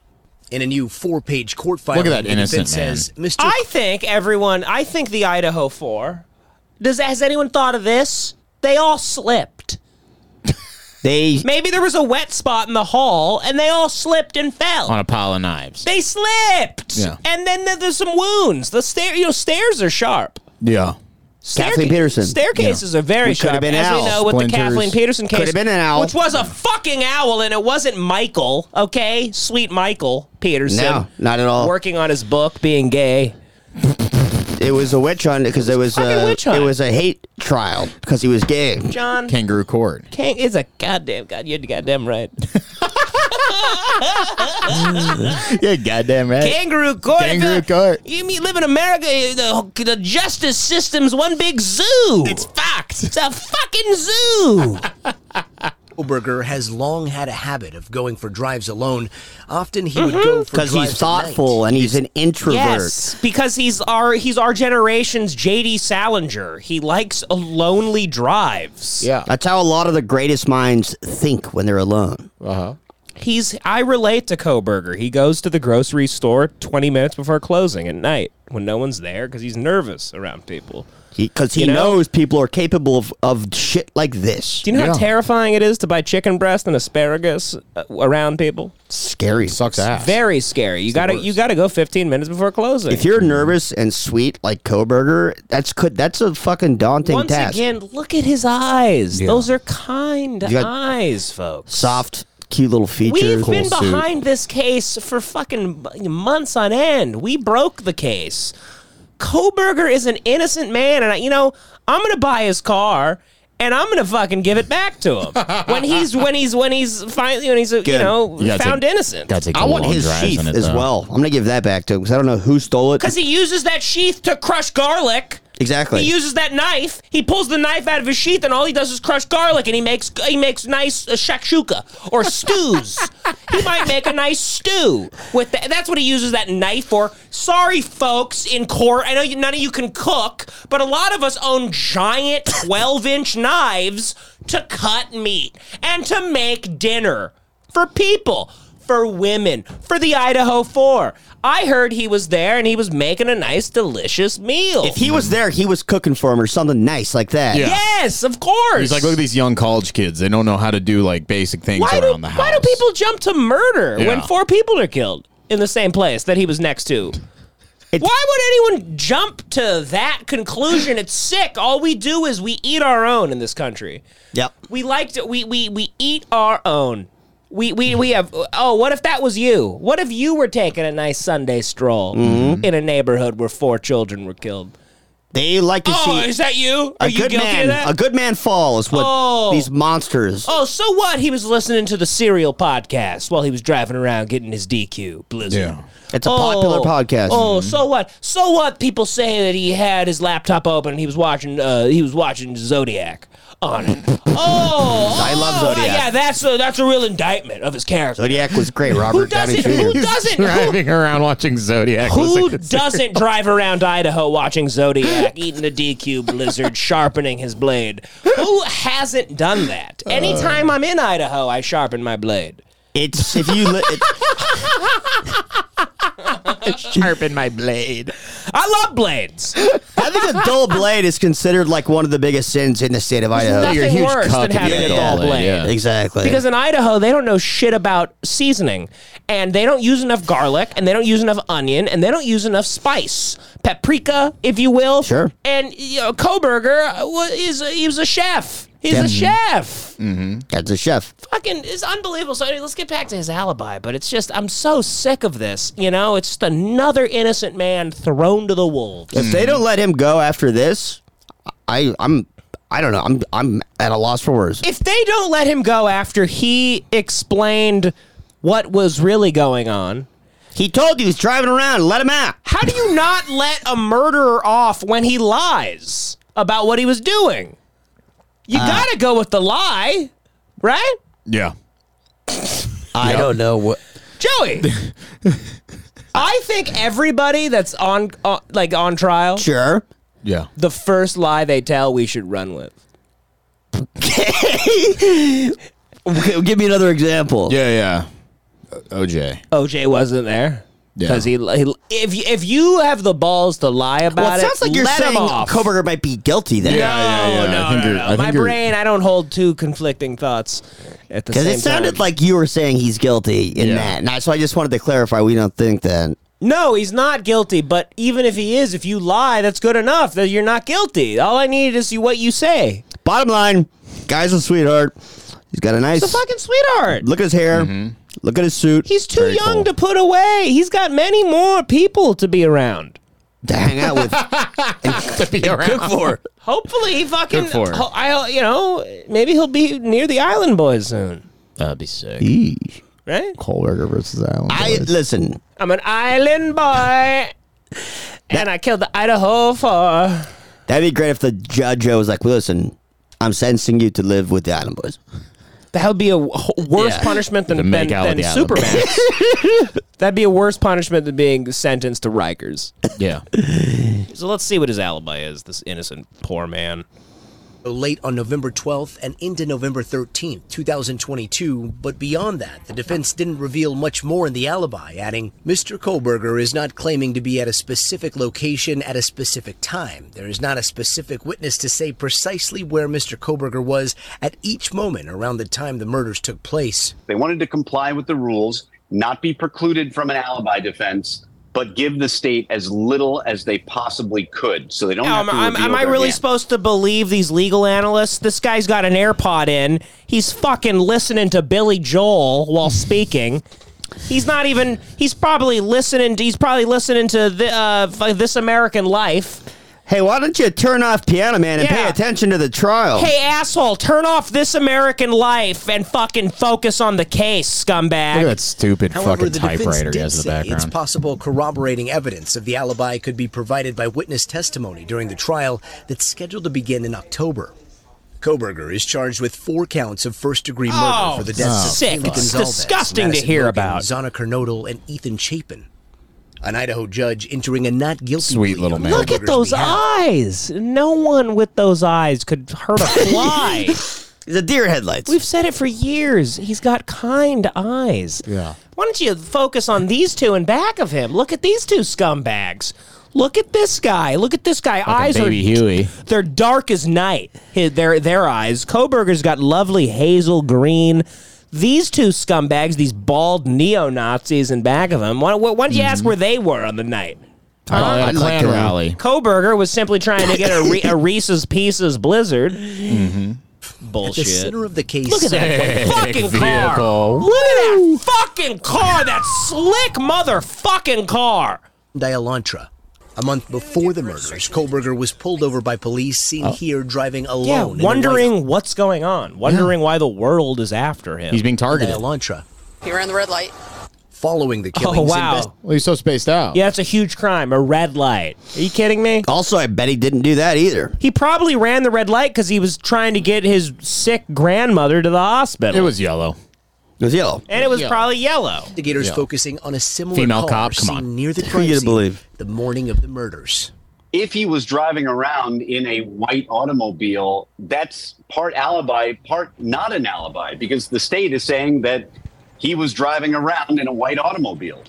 S12: In a new four-page court filing,
S6: that
S12: the defense
S6: innocent man.
S12: says Mr.
S5: I think everyone I think the Idaho 4 does has anyone thought of this? They all slipped.
S4: They
S5: Maybe there was a wet spot in the hall and they all slipped and fell.
S6: On a pile of knives.
S5: they slipped.
S6: Yeah.
S5: And then there- there's some wounds. The stair you know stairs are sharp.
S6: Yeah.
S4: Kathleen Peterson.
S5: Staircases are very
S4: Which coulda
S5: sharp,
S4: been
S5: as
S4: owl.
S5: we know with the
S6: Splinters.
S5: Kathleen Peterson case,
S4: Coulda been an owl.
S5: which was a fucking owl, and it wasn't Michael. Okay, sweet Michael Peterson.
S4: No, not at all.
S5: Working on his book, being gay.
S4: It was a witch hunt because it was
S5: Fucking
S4: a
S5: witch hunt.
S4: it was a hate trial because he was gay.
S5: John
S6: Kangaroo court.
S5: King is a goddamn god. You're goddamn right.
S6: yeah, goddamn
S4: Uh,
S6: right.
S5: Kangaroo court.
S6: Kangaroo court.
S5: You mean live in America? eh, The, the justice system's one big zoo. It's
S6: fucked.
S5: It's a fucking zoo.
S12: Burger has long had a habit of going for drives alone. Often he would go for
S4: Mm-hmm. because
S12: drives
S4: he's
S12: at night.
S4: thoughtful and he's an introvert.
S5: Yes, because he's our he's our generation's J.D. Salinger. He likes a lonely drives.
S4: Yeah, that's how a lot of the greatest minds think when they're alone. Uh huh.
S13: He's I relate to Koberger. He goes to the grocery store 20 minutes before closing at night when no one's there because he's nervous around people.
S4: Because he,
S13: You know?
S4: knows people are capable of, of shit like this.
S13: Do you know how terrifying it is to buy chicken breast and asparagus uh, around people?
S4: scary? Sucks
S13: It's very scary. You gotta you gotta go 15 minutes before closing.
S4: If you're nervous and sweet like Koberger, that's could that's a fucking daunting
S13: Once
S4: task.
S13: again, look at his eyes.
S4: Yeah.
S13: Those are kind
S4: You got
S13: eyes, folks.
S4: Soft, cute little features.
S5: We've been behind this case for fucking b- months on end. We broke the case. Koberger is an innocent man, and I, you know I'm gonna buy his car, and I'm gonna fucking give it back to him when he's when he's when he's finally when he's uh, you
S4: Good.
S5: know
S4: You gotta
S5: found
S4: take-
S5: innocent.
S4: I want his sheath as well. I'm gonna give that back to him because I don't know who stole it.
S5: because he uses that sheath to crush garlic.
S4: Exactly.
S5: He uses that knife. He pulls the knife out of his sheath, and all he does is crush garlic, and he makes he makes nice uh, shakshuka or stews. he might make a nice stew with that. That's what he uses that knife for. Sorry, folks in court. I know you, none of you can cook, but a lot of us own giant twelve inch knives to cut meat and to make dinner for people. For women, for the Idaho Four. I heard he was there and he was making a nice, delicious meal.
S4: if he was there, he was cooking for him or something nice like that.
S5: Yes, of course.
S6: He's like, look at these young college kids. They don't know how to do like basic things
S5: why
S6: around
S5: do,
S6: the house.
S5: Why do people jump to murder when
S6: Yeah.
S5: four people are killed in the same place that he was next to? why would anyone jump to that conclusion? It's sick. All we do is we eat our own in this country.
S4: Yep.
S5: We like to we we we eat our own. We, we, we have oh what if that was you what if you were taking a nice sunday stroll
S6: Mm-hmm.
S4: Mhm.
S5: in a neighborhood where four children were killed
S4: they like to
S5: oh
S4: see-
S5: is that you are
S4: a
S5: you
S4: good
S5: guilty
S4: man,
S5: of that
S4: a good man fall is what
S5: Oh.
S4: these monsters.
S5: Oh, so what? He was listening to the Serial podcast while he was driving around getting his DQ Blizzard.
S4: Yeah. It's a popular podcast.
S5: Oh,
S4: Mhm.
S5: so what? So what? People say that he had his laptop open and he was watching. Uh, he was watching Zodiac on it. oh,
S4: I love
S5: oh,
S4: Zodiac.
S5: yeah, that's a, that's a real indictment of his character.
S4: Zodiac was great, Robert. Downey
S5: doesn't- who
S4: Jr.
S5: doesn't- who-
S6: driving around watching Zodiac?
S5: Who
S6: listening to-
S5: doesn't drive around Idaho watching Zodiac, eating a DQ blizzard, sharpening his blade? Who hasn't done that? Anytime I'm in Idaho, I sharpen my blade.
S4: It's if you li-
S6: sharpen my blade.
S5: I love blades.
S4: I think a dull blade is considered like one of the biggest sins in the state of
S5: There's
S4: Idaho.
S5: nothing You're a huge worse cuck than if you having a get a dull dull blade, blade. yeah.
S4: Exactly.
S5: Because in Idaho, they don't know shit about seasoning, and they don't use enough garlic, and they don't use enough onion, and they don't use enough spice, paprika, if you will. Sure. And you know, Koberger uh, wa- is a, he was a chef. He's
S4: Yeah.
S5: a chef.
S4: mm-hmm. that's a chef.
S5: Fucking, it's unbelievable. So I mean, let's get back to his alibi, but it's just I'm so sick of this. You know, it's just another innocent man thrown to the wolves.
S4: If they don't let him go after this, I I'm I don't know. I'm I'm at a loss for words.
S5: If they don't let him go after he explained what was really going on,
S4: he told you he's driving around. Let him out.
S5: How do you not let a murderer off when he lies about what he was doing? You gotta go with the lie, right?
S6: Yeah.
S4: I don't know what.
S5: Joey. I think everybody that's on, on like on trial,
S4: sure,
S6: Yeah.
S5: the first lie they tell, we should run with.
S4: Okay, Give me another example.
S6: Yeah, yeah. OJ.
S5: OJ wasn't there because he, he if you- if you have the balls to lie about
S4: Well, it sounds like you're
S5: let him
S4: saying
S5: off.
S4: Koberger might be guilty then.
S5: Yeah, yeah, yeah. No, I think no, you're- no. I think My you're- brain, I don't hold two conflicting thoughts at the
S4: Because
S5: same
S4: it sounded
S5: time.
S4: like you were saying he's guilty in
S5: Yeah.
S4: that, and I, so I just wanted to clarify. We don't think that.
S5: No, he's not guilty. But even if he is, if you lie, that's good enough. That you're not guilty. All I need is you what you say.
S4: Bottom line, guy's a sweetheart. He's got a nice.
S5: He's a fucking sweetheart.
S4: Look at his hair. Look at his suit.
S5: He's too young to put away. He's got many more people to be around.
S4: to hang out with.
S6: to be around.
S4: Cook for.
S5: Hopefully, he fucking.
S4: Good for him.
S5: ho- I, you know, maybe he'll be near the Island Boys soon.
S6: That'd be sick.
S14: Right?
S6: Kohlberger versus Allen.
S4: I listen.
S14: I'm an island boy. and I killed the Idaho for.
S4: That'd be great if the judge was like, "Listen, I'm sentencing you to live with the Island Boys."
S14: That would be a w- worse
S4: Yeah.
S14: punishment than,
S4: To
S14: than,
S4: make out with
S14: than
S4: the Alamo.
S14: Superman. That'd be a worse punishment than being sentenced to Rikers.
S6: Yeah.
S14: So let's see what his alibi is, this innocent poor man.
S12: Late on November 12th and into November 13th, 2022, but beyond that, the defense didn't reveal much more in the alibi, adding, Mr. Kohlberger is not claiming to be at a specific location at a specific time. There is not a specific witness to say precisely where Mr. Kohlberger was at each moment around the time the murders took place.
S9: They wanted to comply with the rules, not be precluded from an alibi defense, but give the state as little as they possibly could, so they don't.
S5: Am,
S9: have to
S5: am-
S9: reveal
S5: am I
S9: their
S5: really
S9: hand.
S5: supposed to believe these legal analysts? This guy's got an AirPod in. He's fucking listening to Billy Joel while speaking. He's not even. He's probably listening. To, he's probably listening to the, uh, f- this American Life.
S4: Hey, why don't you turn off Piano Man and pay attention to the trial?
S5: Hey, asshole! Turn off this American Life and fucking focus on the case,
S6: Look at
S5: scumbag.
S6: that stupid
S12: However,
S6: fucking
S12: the defense
S6: typewriter he
S12: did
S6: has in the
S12: say it's
S6: background.
S12: possible corroborating evidence of the alibi could be provided by witness testimony during the trial that's scheduled to begin in October. Koberger is charged with four counts of first-degree murder
S5: Oh,
S12: for the deaths of
S5: sick.
S12: Kayla
S5: It's
S12: Gonzalez,
S5: disgusting to
S12: Madison
S5: hear
S12: Bogan,
S5: about.
S12: Zana Kernodal and Ethan Chapin. An Idaho judge entering a not guilty
S6: Sweet
S12: plea
S6: little
S12: on
S6: man.
S5: Look at
S12: Kohlberger's
S5: those
S12: behalf.
S5: eyes. No one with those eyes could hurt a fly.
S4: He's a deer in headlights.
S5: We've said it for years. He's got kind eyes.
S6: Yeah.
S5: Why don't you focus on these two in back of him? Look at these two scumbags. Look at this guy. Look at this guy. eyes
S6: baby
S5: are
S6: Huey.
S5: They're dark as night. His, their their eyes. Koberger's got lovely hazel green. These two scumbags, these bald neo Nazis in back of him. Why, why why don't you
S6: Mm-hmm.
S5: ask where they were on the night?
S6: Probably at a
S5: I'd
S6: Klan
S5: like to-
S6: rally.
S5: Koberger was simply trying to get a, Re- a Reese's Pieces Blizzard. Mm-hmm.
S12: At the
S5: Bullshit.
S12: center of the case.
S5: Look at that fucking car.
S12: vehicle.
S5: Look at that fucking car. That slick motherfucking car.
S12: Dialantra. A month before the murders, Kohlberger was pulled over by police seen
S6: Oh.
S12: here driving alone.
S5: Yeah,
S12: in the White
S5: wondering what's going on, wondering why the world is after him.
S6: He's being targeted.
S12: Dialantra.
S15: He ran the red light.
S12: Following the
S5: Oh wow.
S6: Well, he's so spaced out.
S5: Yeah, it's a huge crime. A red light. Are you kidding me?
S4: Also, I bet he didn't do that either.
S5: He probably ran the red light because he was trying to get his sick grandmother to the hospital.
S6: It was yellow.
S4: It was yellow.
S5: and it was
S12: Yeah.
S5: probably yellow.
S12: Investigators focusing on a similar
S6: Female
S12: car
S6: cop, come
S12: seen
S6: on.
S12: near the
S6: Who
S12: crime
S6: you to
S12: scene
S6: believe?
S12: the morning of the murders.
S5: Ah,
S9: if he was driving around in a white automobile, that's part alibi, part not an alibi, because the state is saying that he was driving around in a white automobile.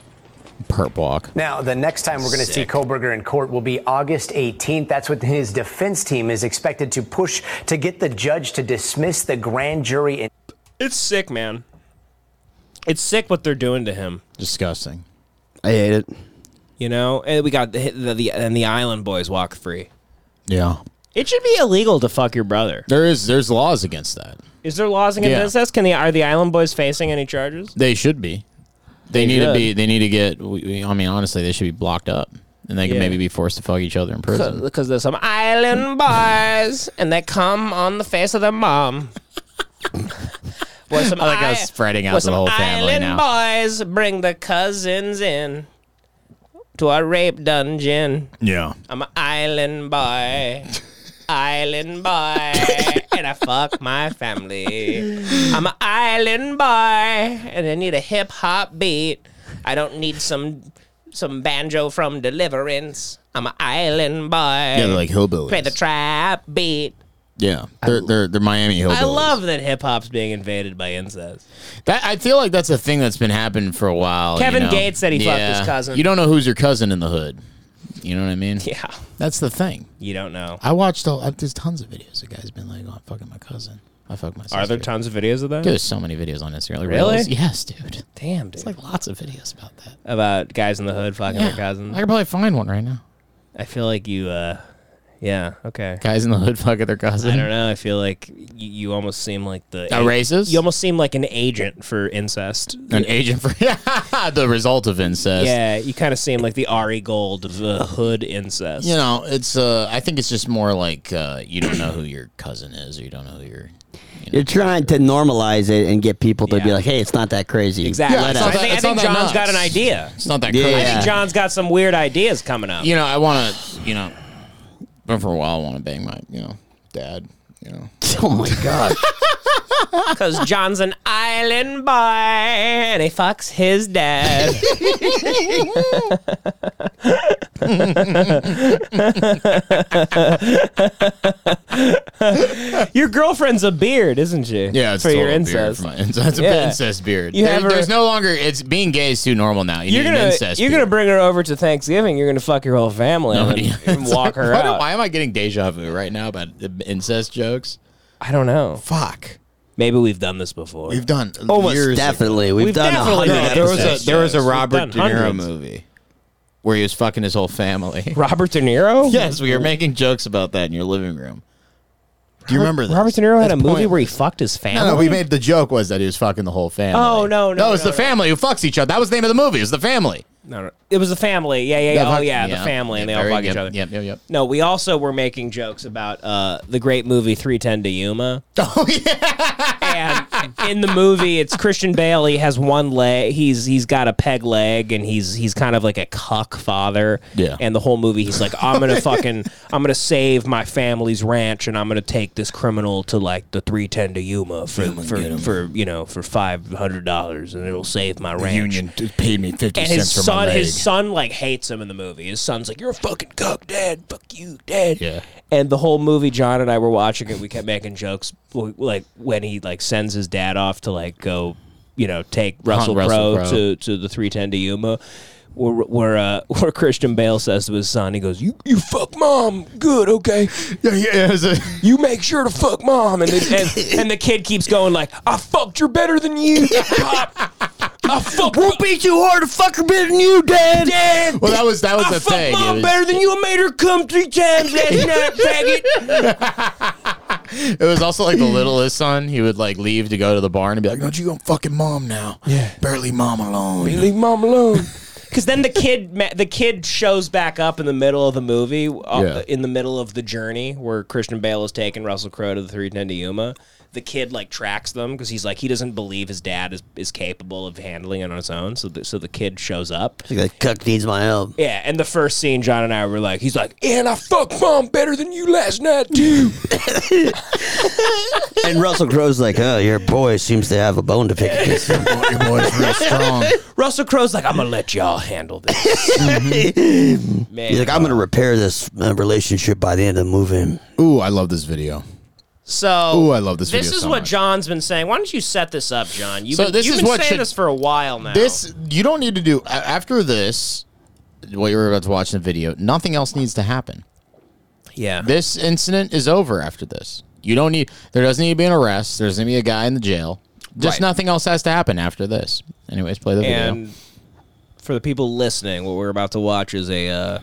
S6: Perp walk.
S16: Now, the next time we're going to see Koberger in court will be August 18th. That's when his defense team is expected to push to get the judge to dismiss the grand jury. In-
S14: It's sick, man. It's sick what they're doing to him.
S6: Disgusting.
S4: I hate it.
S14: You know, and we got the, the, the and the Island Boys walk free.
S6: Yeah.
S5: It should be illegal to fuck your brother.
S6: There is there's laws against that.
S5: Is there laws against
S6: Yeah.
S5: incest? Can the are the Island Boys facing any charges?
S6: They should be. They,
S5: They
S6: need
S5: should.
S6: to be. They need to get. we- we- I mean, honestly, they should be blocked up, and they can
S5: Yeah.
S6: maybe be forced to fuck each other in prison.
S5: Because there's some Island Boys and they come on the face of their mom. With some
S6: I like how
S5: I-
S6: it's Oh, spreading out
S5: with
S6: to the
S5: some
S6: whole family
S5: Island
S6: now.
S5: Boys bring the cousins in to a rape dungeon.
S6: Yeah.
S5: I'm an island boy. Island boy, and I fuck my family. I'm an island boy, and I need a hip hop beat. I don't need some some banjo from Deliverance. I'm an island boy.
S6: Yeah, they're like hillbillies.
S5: Play the trap beat.
S6: Yeah, they're they're, they're Miami hillbillies.
S5: I love that hip hop's being invaded by incest.
S6: that. I feel like that's a thing that's been happening for a while. you
S5: Kevin
S6: know?
S5: Gates said he fucked his
S6: Yeah.
S5: cousin.
S6: You don't know who's your cousin in the hood. You know what I mean?
S5: Yeah,
S6: that's the thing.
S5: You don't know.
S6: I watched. All, I- there's tons of videos. The guy's been like, "Oh, I'm fucking my cousin. I fuck my." Sister.
S5: Are there tons of videos of that?
S6: There's so many videos on Instagram. Like
S5: Mm-hmm. Really?
S6: reels. Yes, dude.
S5: Damn, dude.
S6: It's like lots of videos about that.
S5: About guys in the hood fucking
S6: Yeah.
S5: their cousins.
S6: I could probably find one right now.
S5: I feel like you uh Yeah. Okay.
S6: Guys in the hood fucking their cousin.
S5: I don't know. I feel like you, you almost seem like the
S6: A racist?
S5: You almost seem like an agent for incest.
S6: An agent for the result of incest.
S5: Yeah, you kind of seem like the Ari Gold of uh, hood incest.
S6: You know, it's uh I think it's just more like uh you don't know who your cousin is or you don't know who your
S4: You're trying to normalize it and get people to be like, "Hey, it's not that crazy."
S5: Exactly.
S4: Let
S5: So I
S4: us-
S5: think, I think John's got an idea.
S6: It's not that
S4: Yeah.
S5: I
S6: crazy.
S5: think John's got some weird ideas coming up.
S6: You know, I wanna you know but for a while I wanna bang my, you know, dad, you know.
S4: Oh my god.
S5: Because John's an island boy and he fucks his dad. your girlfriend's a beard, isn't she?
S6: Yeah, it's
S5: for your
S6: total beard
S5: incest.
S6: for my incest. It's a
S5: Yeah.
S6: incest beard.
S5: You
S6: There-
S5: have her-
S6: There's no longer. It's being gay is too normal now. You
S5: You're
S6: need
S5: gonna
S6: an incest.
S5: you're gonna bring her over to Thanksgiving. You're gonna fuck your whole family and,
S6: Nobody-
S5: and walk her
S6: Why do-
S5: out.
S6: Why am I getting deja vu right now about the incest jokes?
S5: I don't know.
S6: Fuck.
S5: Maybe we've done this before.
S6: We've done
S4: Almost
S6: years
S4: definitely.
S6: ago.
S4: We've We've done a definitely hundred done
S6: there was
S4: incest
S6: a there was a
S4: jokes. We've
S6: Robert
S4: done
S6: De Niro
S4: hundreds.
S6: movie where he was fucking his whole family.
S5: Robert De Niro?
S6: yes, we were making jokes about that in your living room. Do you remember that?
S5: Robert De Niro had
S6: That's
S5: a movie
S6: point-
S5: where he fucked his family.
S6: No, no, we made the joke was that he was fucking the whole family.
S5: Oh, no, no,
S6: no! It's
S5: no,
S6: the family who fucks each other. That was the name of the movie. It was the family.
S5: No, no. It was the family. Yeah, yeah,
S6: Yeah,
S5: yeah. oh,
S6: fuck-
S5: yeah,
S6: yeah.
S5: the family, and they
S6: Yeah,
S5: all
S6: very-
S5: fuck each
S6: yep,
S5: other.
S6: yep, yep, yep.
S5: No, we also were making jokes about uh, the great movie 310 to Yuma. Oh, yeah. and in the movie, it's Christian Bale. He has one leg. He's He's got a peg leg, and he's he's kind of like a cuck father.
S6: Yeah.
S5: And the whole movie, he's like, I'm going to fucking, I'm going to save my family's ranch, and I'm going to take this criminal to like the 310 to Yuma for, for, for, you know, for $500, and it'll save my ranch
S6: t- paid me fifty
S5: and his son, his son like hates him in the movie. His son's like, "You're a fucking cuck, dad. Fuck you, dad."
S6: Yeah.
S5: And the whole movie, John and I were watching it. We kept making jokes, w- like when he like sends his dad off to like go, you know, take Russell, Crowe
S6: Russell Crowe.
S5: to to the three ten to Yuma. Where, where uh where Christian Bale says to his son, he goes, "You you fuck mom, good, okay?
S6: Yeah, yeah. it was a-
S5: You make sure to fuck mom." And the, and, and the kid keeps going like, "I fucked her better than you, pop. I fuck
S4: Won't beat you harder, fucker, better than you, Dad.
S5: Dad,
S6: Well, that was that was
S5: I
S6: the
S5: fucked
S6: thing.
S5: mom
S6: It was,
S5: better than you. I made her come three times last night, faggot.
S6: it was also like the littlest son. He would like leave to go to the barn and be like, "Don't you go fucking mom now? Yeah, barely mom alone."
S5: leave mom alone. Because then the kid, ma- the kid shows back up in the middle of the movie, uh,
S6: Yeah.
S5: in the middle of the journey where Christian Bale is taking Russell Crowe to the 310 to Yuma. The kid like tracks them because he's like he doesn't believe his dad is, is capable of handling it on his own. So the, so the kid shows up.
S4: He's like, "Cuck needs my help."
S5: Yeah, and the first scene, John and I were like, he's like, and I fucked mom better than you last night too.
S4: And Russell Crowe's like, "Oh, your boy seems to have a bone to pick." with this."
S6: Your boy's real strong.
S5: Russell Crowe's like, I'm gonna let y'all handle this. Man,
S4: He's like, "I'm gonna repair this uh, relationship by the end of the movie."
S6: Ooh, I love this video.
S5: So,
S6: Ooh, I love this
S5: This
S6: video
S5: is
S6: so
S5: what
S6: much.
S5: John's been saying. Why don't you set this up, John? You've
S6: So
S5: been,
S6: this
S5: you've
S6: is
S5: been
S6: what
S5: saying
S6: should-
S5: this for a while now.
S6: This you don't need to do a- after this. What you were about to watch in the video, nothing else needs to happen.
S5: yeah,
S6: This incident is over after this. You don't need. There doesn't need to be an arrest. There's gonna be a guy in the jail. Just
S5: Right.
S6: nothing else has to happen after this. Anyways, play the video.
S5: and for the people listening, what we're about to watch is a uh,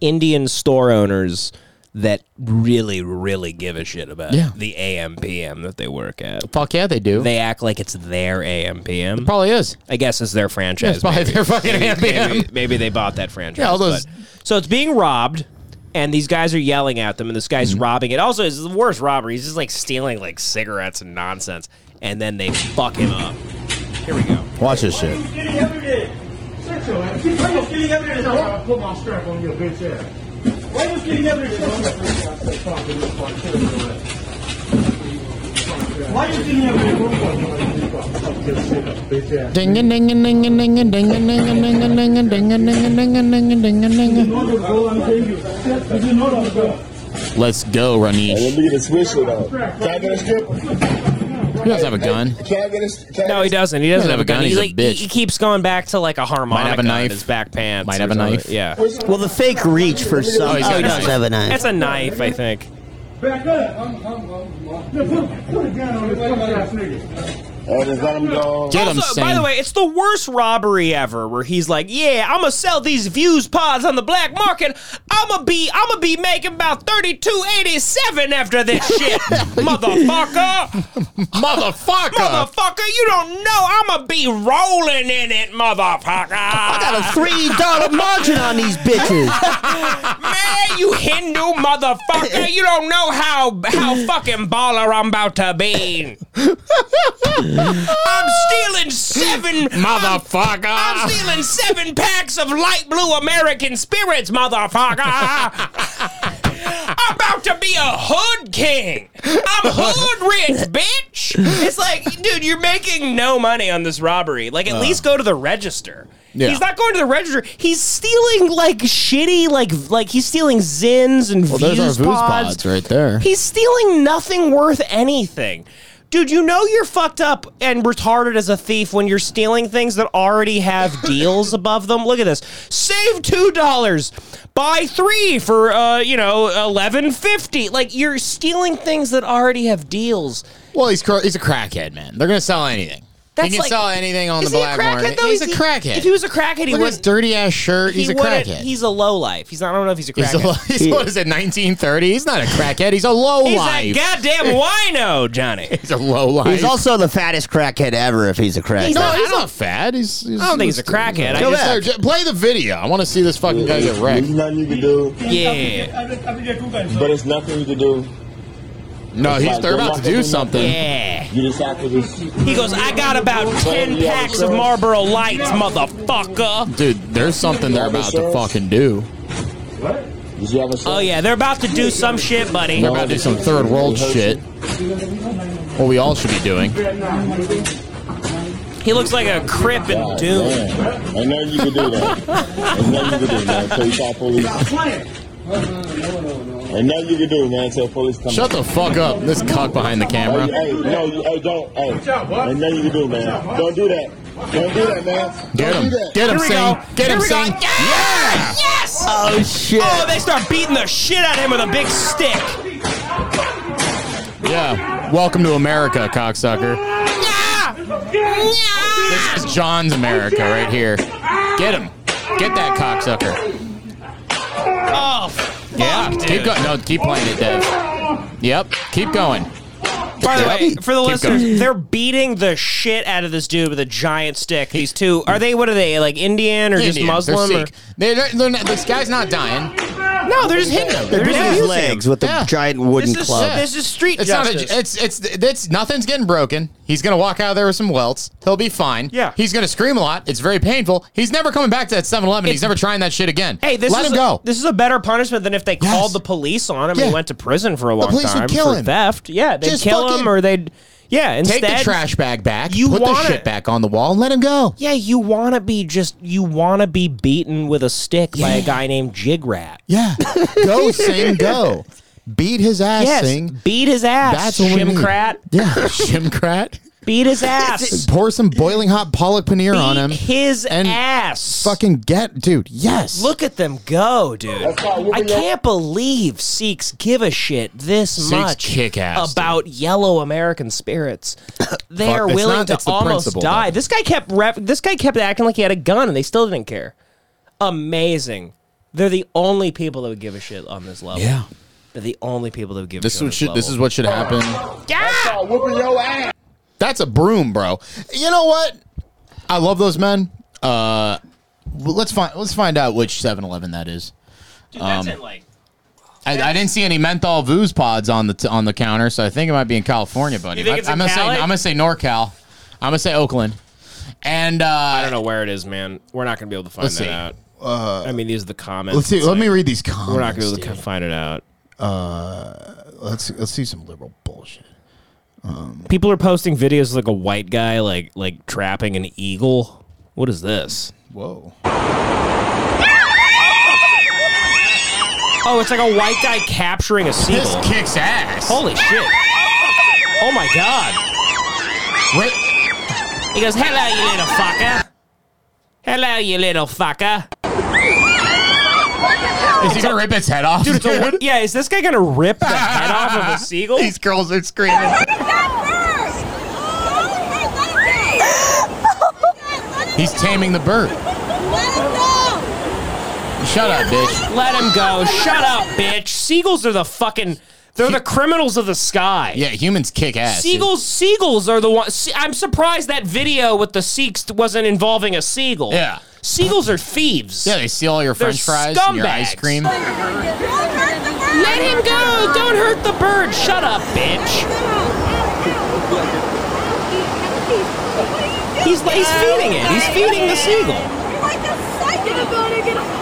S5: Indian store owners that really, really give a shit about
S6: Yeah.
S5: the AM PM that they work at.
S6: Fuck yeah, they do.
S5: They act like it's their AM PM.
S6: Probably is.
S5: I guess it's their franchise.
S6: It's probably
S5: maybe.
S6: their fucking
S5: maybe,
S6: AMPM.
S5: Maybe, maybe they bought that franchise.
S6: Yeah, all those-
S5: but- so it's being robbed, and these guys are yelling at them, and this guy's
S6: Mm-hmm.
S5: robbing it. Also, it's the worst robbery. He's just like stealing like cigarettes and nonsense, and then they fuck him up. Here we go.
S6: Watch this shit. Ding ding ding ding ding ding ding ding ding ding ding ding ding ding ding ding ding. Let's go, Ranish.
S17: need a switch it up. Can I get a strip?
S6: He doesn't have a gun.
S17: Can I get a strip?
S5: No, he doesn't. He doesn't have a gun.
S6: He's a
S5: like,
S6: bitch.
S5: He keeps going back to like a harmonica.
S6: have a
S5: in
S6: knife.
S5: His back pants.
S6: Might
S5: or
S6: have a
S5: something.
S6: knife.
S5: Yeah.
S4: Well, the fake reach for some. uh,
S6: Oh, he's got a knife.
S4: have a knife.
S5: That's a knife, I think.
S17: Back up. I'm, I'm, I'm, I'm. Put, put a gun on this nigga. Or just let him go.
S5: also, by the way, it's the worst robbery ever. Where he's like, "Yeah, I'm gonna sell these views pods on the black market. I'm gonna be, I'm gonna be making about thirty two eighty seven after this shit, motherfucker,
S6: motherfucker,
S5: motherfucker. You don't know I'm gonna be rolling in it, motherfucker. I
S4: got a three dollar margin on these bitches.
S5: Man, you Hindu motherfucker, you don't know how how fucking baller I'm about to be. I'm stealing seven I'm,
S6: motherfucker.
S18: Ah.
S5: stealing seven packs of light blue American spirits, motherfucker. I'm about to be a hood king. I'm hood rich, bitch. It's like, dude, you're making no money on this robbery. Like, at
S18: Uh.
S5: least go to the register.
S18: Yeah.
S5: He's not going to the register. He's stealing like shitty, like like he's stealing zins and
S19: Well,
S5: views
S19: there's our booze
S5: pods.
S19: pods right there.
S5: He's stealing nothing worth anything. Dude, you know you're fucked up and retarded as a thief when you're stealing things that already have deals above them. Look at this. Save $2, buy 3 for uh, you know, 11.50. Like you're stealing things that already have deals.
S6: Well, he's cr- he's a crackhead, man. They're gonna sell anything.
S5: That's
S6: he can
S5: like-
S6: sell anything on
S5: Is
S6: the
S5: he a
S6: black
S5: crackhead,
S6: market.
S5: though?
S6: He's
S5: Is
S6: a
S5: he-
S6: crackhead.
S5: if he was a crackhead, he
S6: Look at his
S5: wouldn't-
S6: dirty ass shirt. He's
S5: He
S6: a
S5: wouldn't-
S6: crackhead.
S5: He's a low life. He's not, I don't know if he's a crackhead.
S6: He's, a, he's what is it, 1930? He's not a crackhead. He's a low
S5: He's
S6: life.
S5: a goddamn wino, Johnny.
S6: He's a low life.
S4: He's also the fattest crackhead ever. If he's a crackhead,
S6: no, he's not fat. He's, he's
S5: I don't think he's a crackhead. I
S6: Go
S5: just-
S6: back. J- play the video. I want to see this fucking guy get wrecked.
S17: There's nothing you can do.
S6: Yeah.
S17: But it's nothing you can do.
S6: No,
S17: It's
S6: he's
S17: like
S6: they're about to do
S17: nothing.
S6: something.
S17: You just have to just.
S5: He goes, I got about 10 packs of Marlboro Lights, motherfucker.
S6: Dude, there's something they're about to fucking do.
S17: Did you have a
S5: Oh, yeah, they're about to do some shit, buddy.
S6: They're about to do some third world shit. What we all should be doing.
S5: He looks like a crip
S6: Oh,
S5: in Doom.
S17: Man, I know you can do that. There's nothing you can do, man. Until you call police. Ain't nothing you can do, man. Until police come.
S6: Shut the fuck up. This cock behind the camera.
S17: Hey, hey, no, you, hey, don't. Hey, ain't nothing you can do, man. Don't do that. Don't do that, man.
S6: Get
S17: don't
S6: him.
S17: do that.
S6: Get him, Sing. Get
S5: Here
S6: him,
S5: we go.
S6: Sing.
S5: Yeah! Yes! Oh, shit. Oh, they start beating the shit out of him with a big stick.
S6: Yeah. Welcome to America, cocksucker. This is John's America right here. Get him. Get that cocksucker.
S5: Oh,
S6: Yeah. Keep going. No, keep playing it, Dev. Yep. Keep going.
S5: By the way, for the
S6: Keep
S5: listeners,
S6: going.
S5: they're beating the shit out of this dude with a giant stick. These two are they? What are they like? Indian or just
S6: Indian.
S5: Muslim?
S6: They're
S5: or-
S6: Sikh. They're- they're- they're not- this guy's not dying.
S5: No, they're just hitting him.
S4: They're beating his legs with a giant wooden
S6: This is-
S4: club.
S6: yeah.
S5: This is street
S6: it's
S5: justice.
S6: Not a, it's it's it's nothing's getting broken. He's gonna walk out of there with some welts. He'll be fine. Yeah. He's gonna scream a lot. It's very painful. He's never coming back to that 7-Eleven. He's never trying that shit again.
S5: Hey, this
S6: let
S5: is
S6: him go.
S5: this is a better punishment than if they called the police on him and
S6: Yeah.
S5: he went to prison for a long
S6: police would
S5: time
S6: kill
S5: for
S6: him.
S5: theft. Yeah, they'd
S6: Just
S5: kill
S6: fucking
S5: him or they'd yeah. Instead,
S6: Take the trash bag back.
S5: You
S6: put
S5: wanna-
S6: the shit back on the wall. And let him go.
S5: Yeah, you want to be just you want to be beaten with a stick by a guy named Jig Rat.
S6: Yeah. go, Sing. Go. Beat his ass,
S5: Yes,
S6: Sing.
S5: beat his ass.
S6: That's what we need.
S5: Shimcrat.
S6: Yeah, Shimcrat.
S5: Beat his ass.
S6: Pour some boiling hot pollock paneer on him.
S5: His ass.
S6: Fucking get, dude. Yes.
S5: Look at them go, dude. I can't believe Sikhs give a shit this
S6: Sikhs
S5: much
S6: kick ass,
S5: about yellow American spirits. They
S6: Fuck,
S5: are
S6: it's
S5: willing
S6: not-
S5: to
S6: it's the
S5: almost
S6: principle,
S5: die. This guy kept rep- this guy kept acting like he had a gun and they still didn't care. Amazing. They're the only people that would give a shit on this level.
S6: Yeah.
S5: They're the only people that would give
S6: This
S5: a shit.
S6: is what should- this is what should happen.
S5: Yeah.
S17: Whooping your ass.
S6: That's a broom, bro. You know what? I love those men. Uh, well, let's find let's find out which 7-Eleven that is. Um,
S5: like
S6: I, I didn't see any menthol booze pods on the t- on the counter, so I think it might be in California, buddy.
S5: You think
S6: But
S5: it's
S6: I'm
S5: in
S6: gonna
S5: Cali?
S6: say I'm gonna say NorCal. I'm gonna say Oakland. And uh, I
S5: don't know where it is, man. We're not gonna be able to find
S6: Let's
S5: that
S6: see.
S5: out.
S6: Uh,
S5: I mean, these are the comments.
S6: Let's see.
S5: It's
S6: Let
S5: like-
S6: me read these comments.
S5: We're not gonna be able to
S6: dude.
S5: co- find it out.
S6: Uh, let's let's see some liberal bullshit. Um,
S5: People are posting videos of like a white guy like like trapping an eagle. What is this?
S6: Whoa.
S5: Oh, it's like a white guy capturing a seagull.
S6: This kicks ass.
S5: Holy shit. Oh my god.
S6: Wait.
S5: He goes, "Hello, you little fucker." Hello, you little fucker.
S6: Is he gonna rip its head off?
S5: Dude, it's a, wo- yeah, is this guy gonna rip the head off of a seagull?
S6: These girls are screaming. He's taming the bird. Shut up, bitch.
S5: Let him go. Shut up, bitch. Seagulls are the fucking. They're the criminals of the sky.
S6: Yeah, humans kick ass. dude.
S5: Seagulls, seagulls are the ones. I'm surprised that video with the Sikhs wasn't involving a seagull.
S6: Yeah.
S5: seagulls are thieves.
S6: Yeah, they steal all your
S5: They're
S6: French fries and your
S5: scumbags.
S6: ice cream.
S5: Let him go. Don't hurt the bird. Shut up, bitch. He's, he's feeding it. He's feeding the seagull.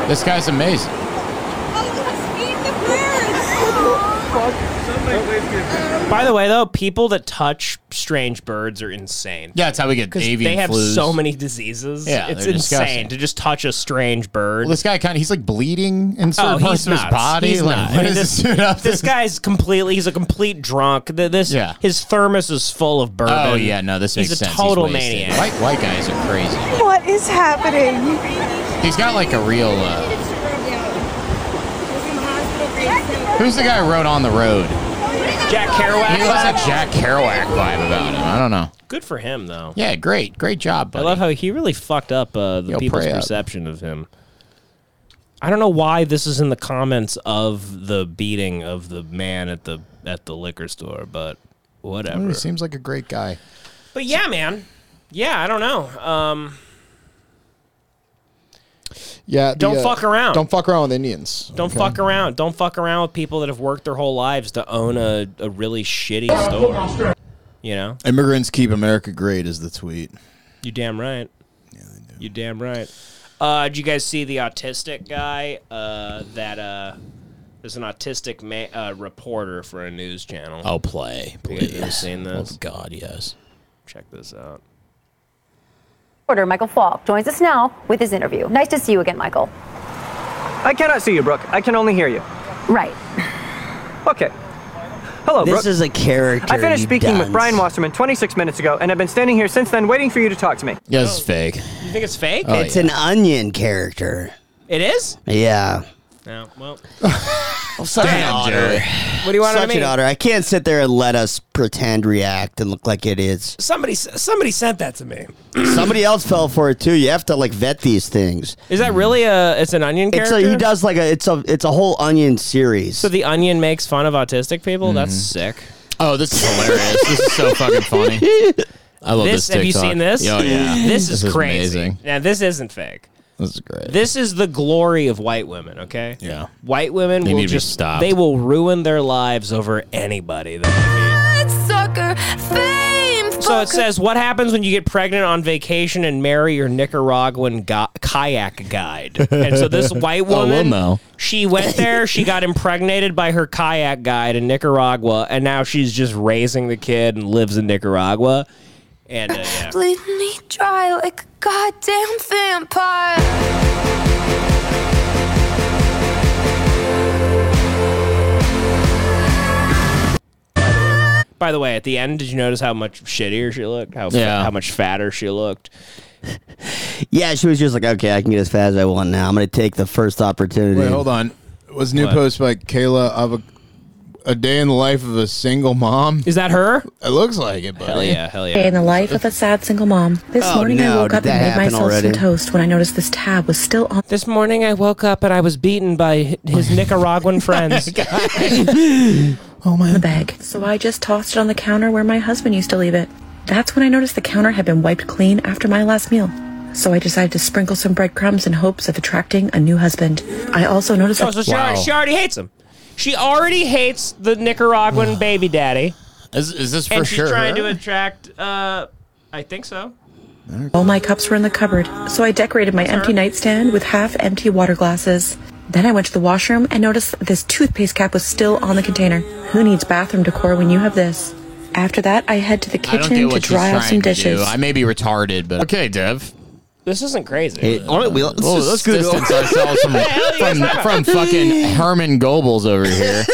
S6: This guy's amazing.
S5: By the way, though, people that touch strange birds are insane.
S6: Yeah, that's how we get
S5: 'Cause
S6: avian
S5: They have
S6: flus.
S5: so many diseases.
S6: Yeah,
S5: it's
S6: they're
S5: insane
S6: disgusting.
S5: to just touch a strange bird.
S6: Well, this guy kind of he's like bleeding in certain parts of his
S5: nuts.
S6: body.
S5: Oh, He's
S6: like,
S5: nuts.
S6: what
S5: I mean,
S6: is
S5: this,
S6: this dude up
S5: this guy's completely. He's a complete drunk. Th- This.
S6: Yeah.
S5: His thermos is full of bourbon.
S6: Oh yeah, no, this
S5: he's
S6: makes
S5: a
S6: sense.
S5: total
S6: he's wasted.
S5: maniac.
S6: White white guys are crazy.
S20: What is happening?
S6: He's got like a real. Uh, who's the guy who wrote on the road?
S5: Jack Kerouac.
S6: He has a Jack Kerouac vibe about him. I don't know.
S5: Good for him though.
S6: Yeah, great, great job.
S5: I love how he really fucked up uh, the
S6: Yo,
S5: people's
S6: pray up.
S5: perception of him. I don't know why this is in the comments of the beating of the man at the at the liquor store, but whatever.
S6: He seems like a great guy.
S5: But yeah, man. Yeah, I don't know. Um,
S21: Yeah. the,
S5: Don't fuck around.
S21: Don't fuck around with Indians.
S5: don't
S21: okay?
S5: fuck around. Don't fuck around with people that have worked their whole lives to own a, a really shitty store. You know?
S22: Immigrants keep America great is the tweet.
S5: You damn right. Yeah, they do. You damn right. Uh, did you guys see the autistic guy? Uh, that uh, there's an autistic ma- uh, reporter for a news channel.
S22: I'll play,
S5: You guys
S22: please.
S5: seen
S22: Oh,
S5: this?
S22: God, yes.
S5: Check this out.
S23: Reporter Michael Falk joins us now with his interview. Nice to see you again, Michael.
S9: I cannot see you, Brooke. I can only hear you.
S23: Right.
S9: Okay. Hello,
S4: This
S9: Brooke.
S4: is a character.
S9: I finished
S4: you
S9: speaking
S4: dunce.
S9: with Brian Wasserman 26 minutes ago, and I've been standing here since then waiting for you to talk to me.
S22: Yeah, this
S5: Oh.
S22: is fake.
S5: You think it's fake?
S6: Oh,
S4: it's an onion character.
S5: It is?
S4: Yeah.
S5: No. Well,
S4: Such
S5: Damn,
S4: an honor.
S5: Joey. What do you want
S4: Such
S5: I mean?
S4: an honor. I can't sit there and let us pretend, react, and look like idiots.
S24: Somebody somebody sent that to me.
S4: Somebody else fell for it too. You have to like vet these things.
S5: is that really a? It's an onion
S4: It's
S5: character.
S4: a, he does like a it's a it's a whole onion series.
S5: So the onion makes fun of autistic people. That's sick.
S6: Oh, this is hilarious. this is so fucking funny. I love this.
S5: Have you
S6: TikTok.
S5: seen this?
S6: Oh yeah.
S5: This is crazy.
S6: amazing.
S5: Now this isn't fake.
S22: This is great.
S5: This is the glory of white women, okay?
S22: Yeah.
S5: White women
S22: They
S5: will
S22: need to be
S5: just
S22: stopped.
S5: They will ruin their lives over anybody. that-
S25: Oh,
S5: So it says, what happens when you get pregnant on vacation and marry your Nicaraguan go- kayak guide? And so this white
S22: Oh, we'll
S5: woman,
S22: know.
S5: she went there, she got impregnated by her kayak guide in Nicaragua, and now she's just raising the kid and lives in Nicaragua. And uh, yeah.
S26: Bleed me dry like a goddamn vampire.
S5: By the way, at the end, did you notice how much shittier she looked? How fa-
S4: Yeah.
S5: how much fatter she looked?
S4: yeah, she was just like, okay, I can get as fat as I want now. I'm gonna take the first opportunity.
S22: Wait, hold on. Was new
S4: What?
S22: post by Kayla of a, a day in the life of a single mom?
S5: Is that her?
S22: It looks like it, buddy.
S5: Hell yeah, hell
S25: Day in the life of a sad single mom. This
S22: Oh,
S25: morning I
S22: no,
S25: woke
S22: did
S25: up
S22: that
S25: and made
S22: happen
S25: myself
S22: already?
S25: some toast when I noticed this tab was still on.
S5: This morning I woke up and I was beaten by his Nicaraguan friends.
S25: Oh my! The bag. So I just tossed it on the counter where my husband used to leave it. That's when I noticed the counter had been wiped clean after my last meal. So I decided to sprinkle some breadcrumbs in hopes of attracting a new husband. I also noticed
S5: Oh,
S25: that
S5: so she, already, she already hates him. She already hates the Nicaraguan baby daddy.
S6: Is, is this for
S5: and she's
S6: sure
S5: trying
S6: her?
S5: to attract. Uh, I think so.
S25: all my cups were in the cupboard. So I decorated my empty nightstand with half empty water glasses. Then I went to the washroom and noticed this toothpaste cap was still on the container. Who needs bathroom decor when you have this? After that, I head to the
S6: I don't get
S25: kitchen to
S6: what she's
S25: dry off some
S6: trying to
S25: dishes.
S6: do. I may be retarded, but okay, Dev.
S5: This isn't crazy.
S6: let's, distance ourselves from, from, from fucking Herman Goebbels over here.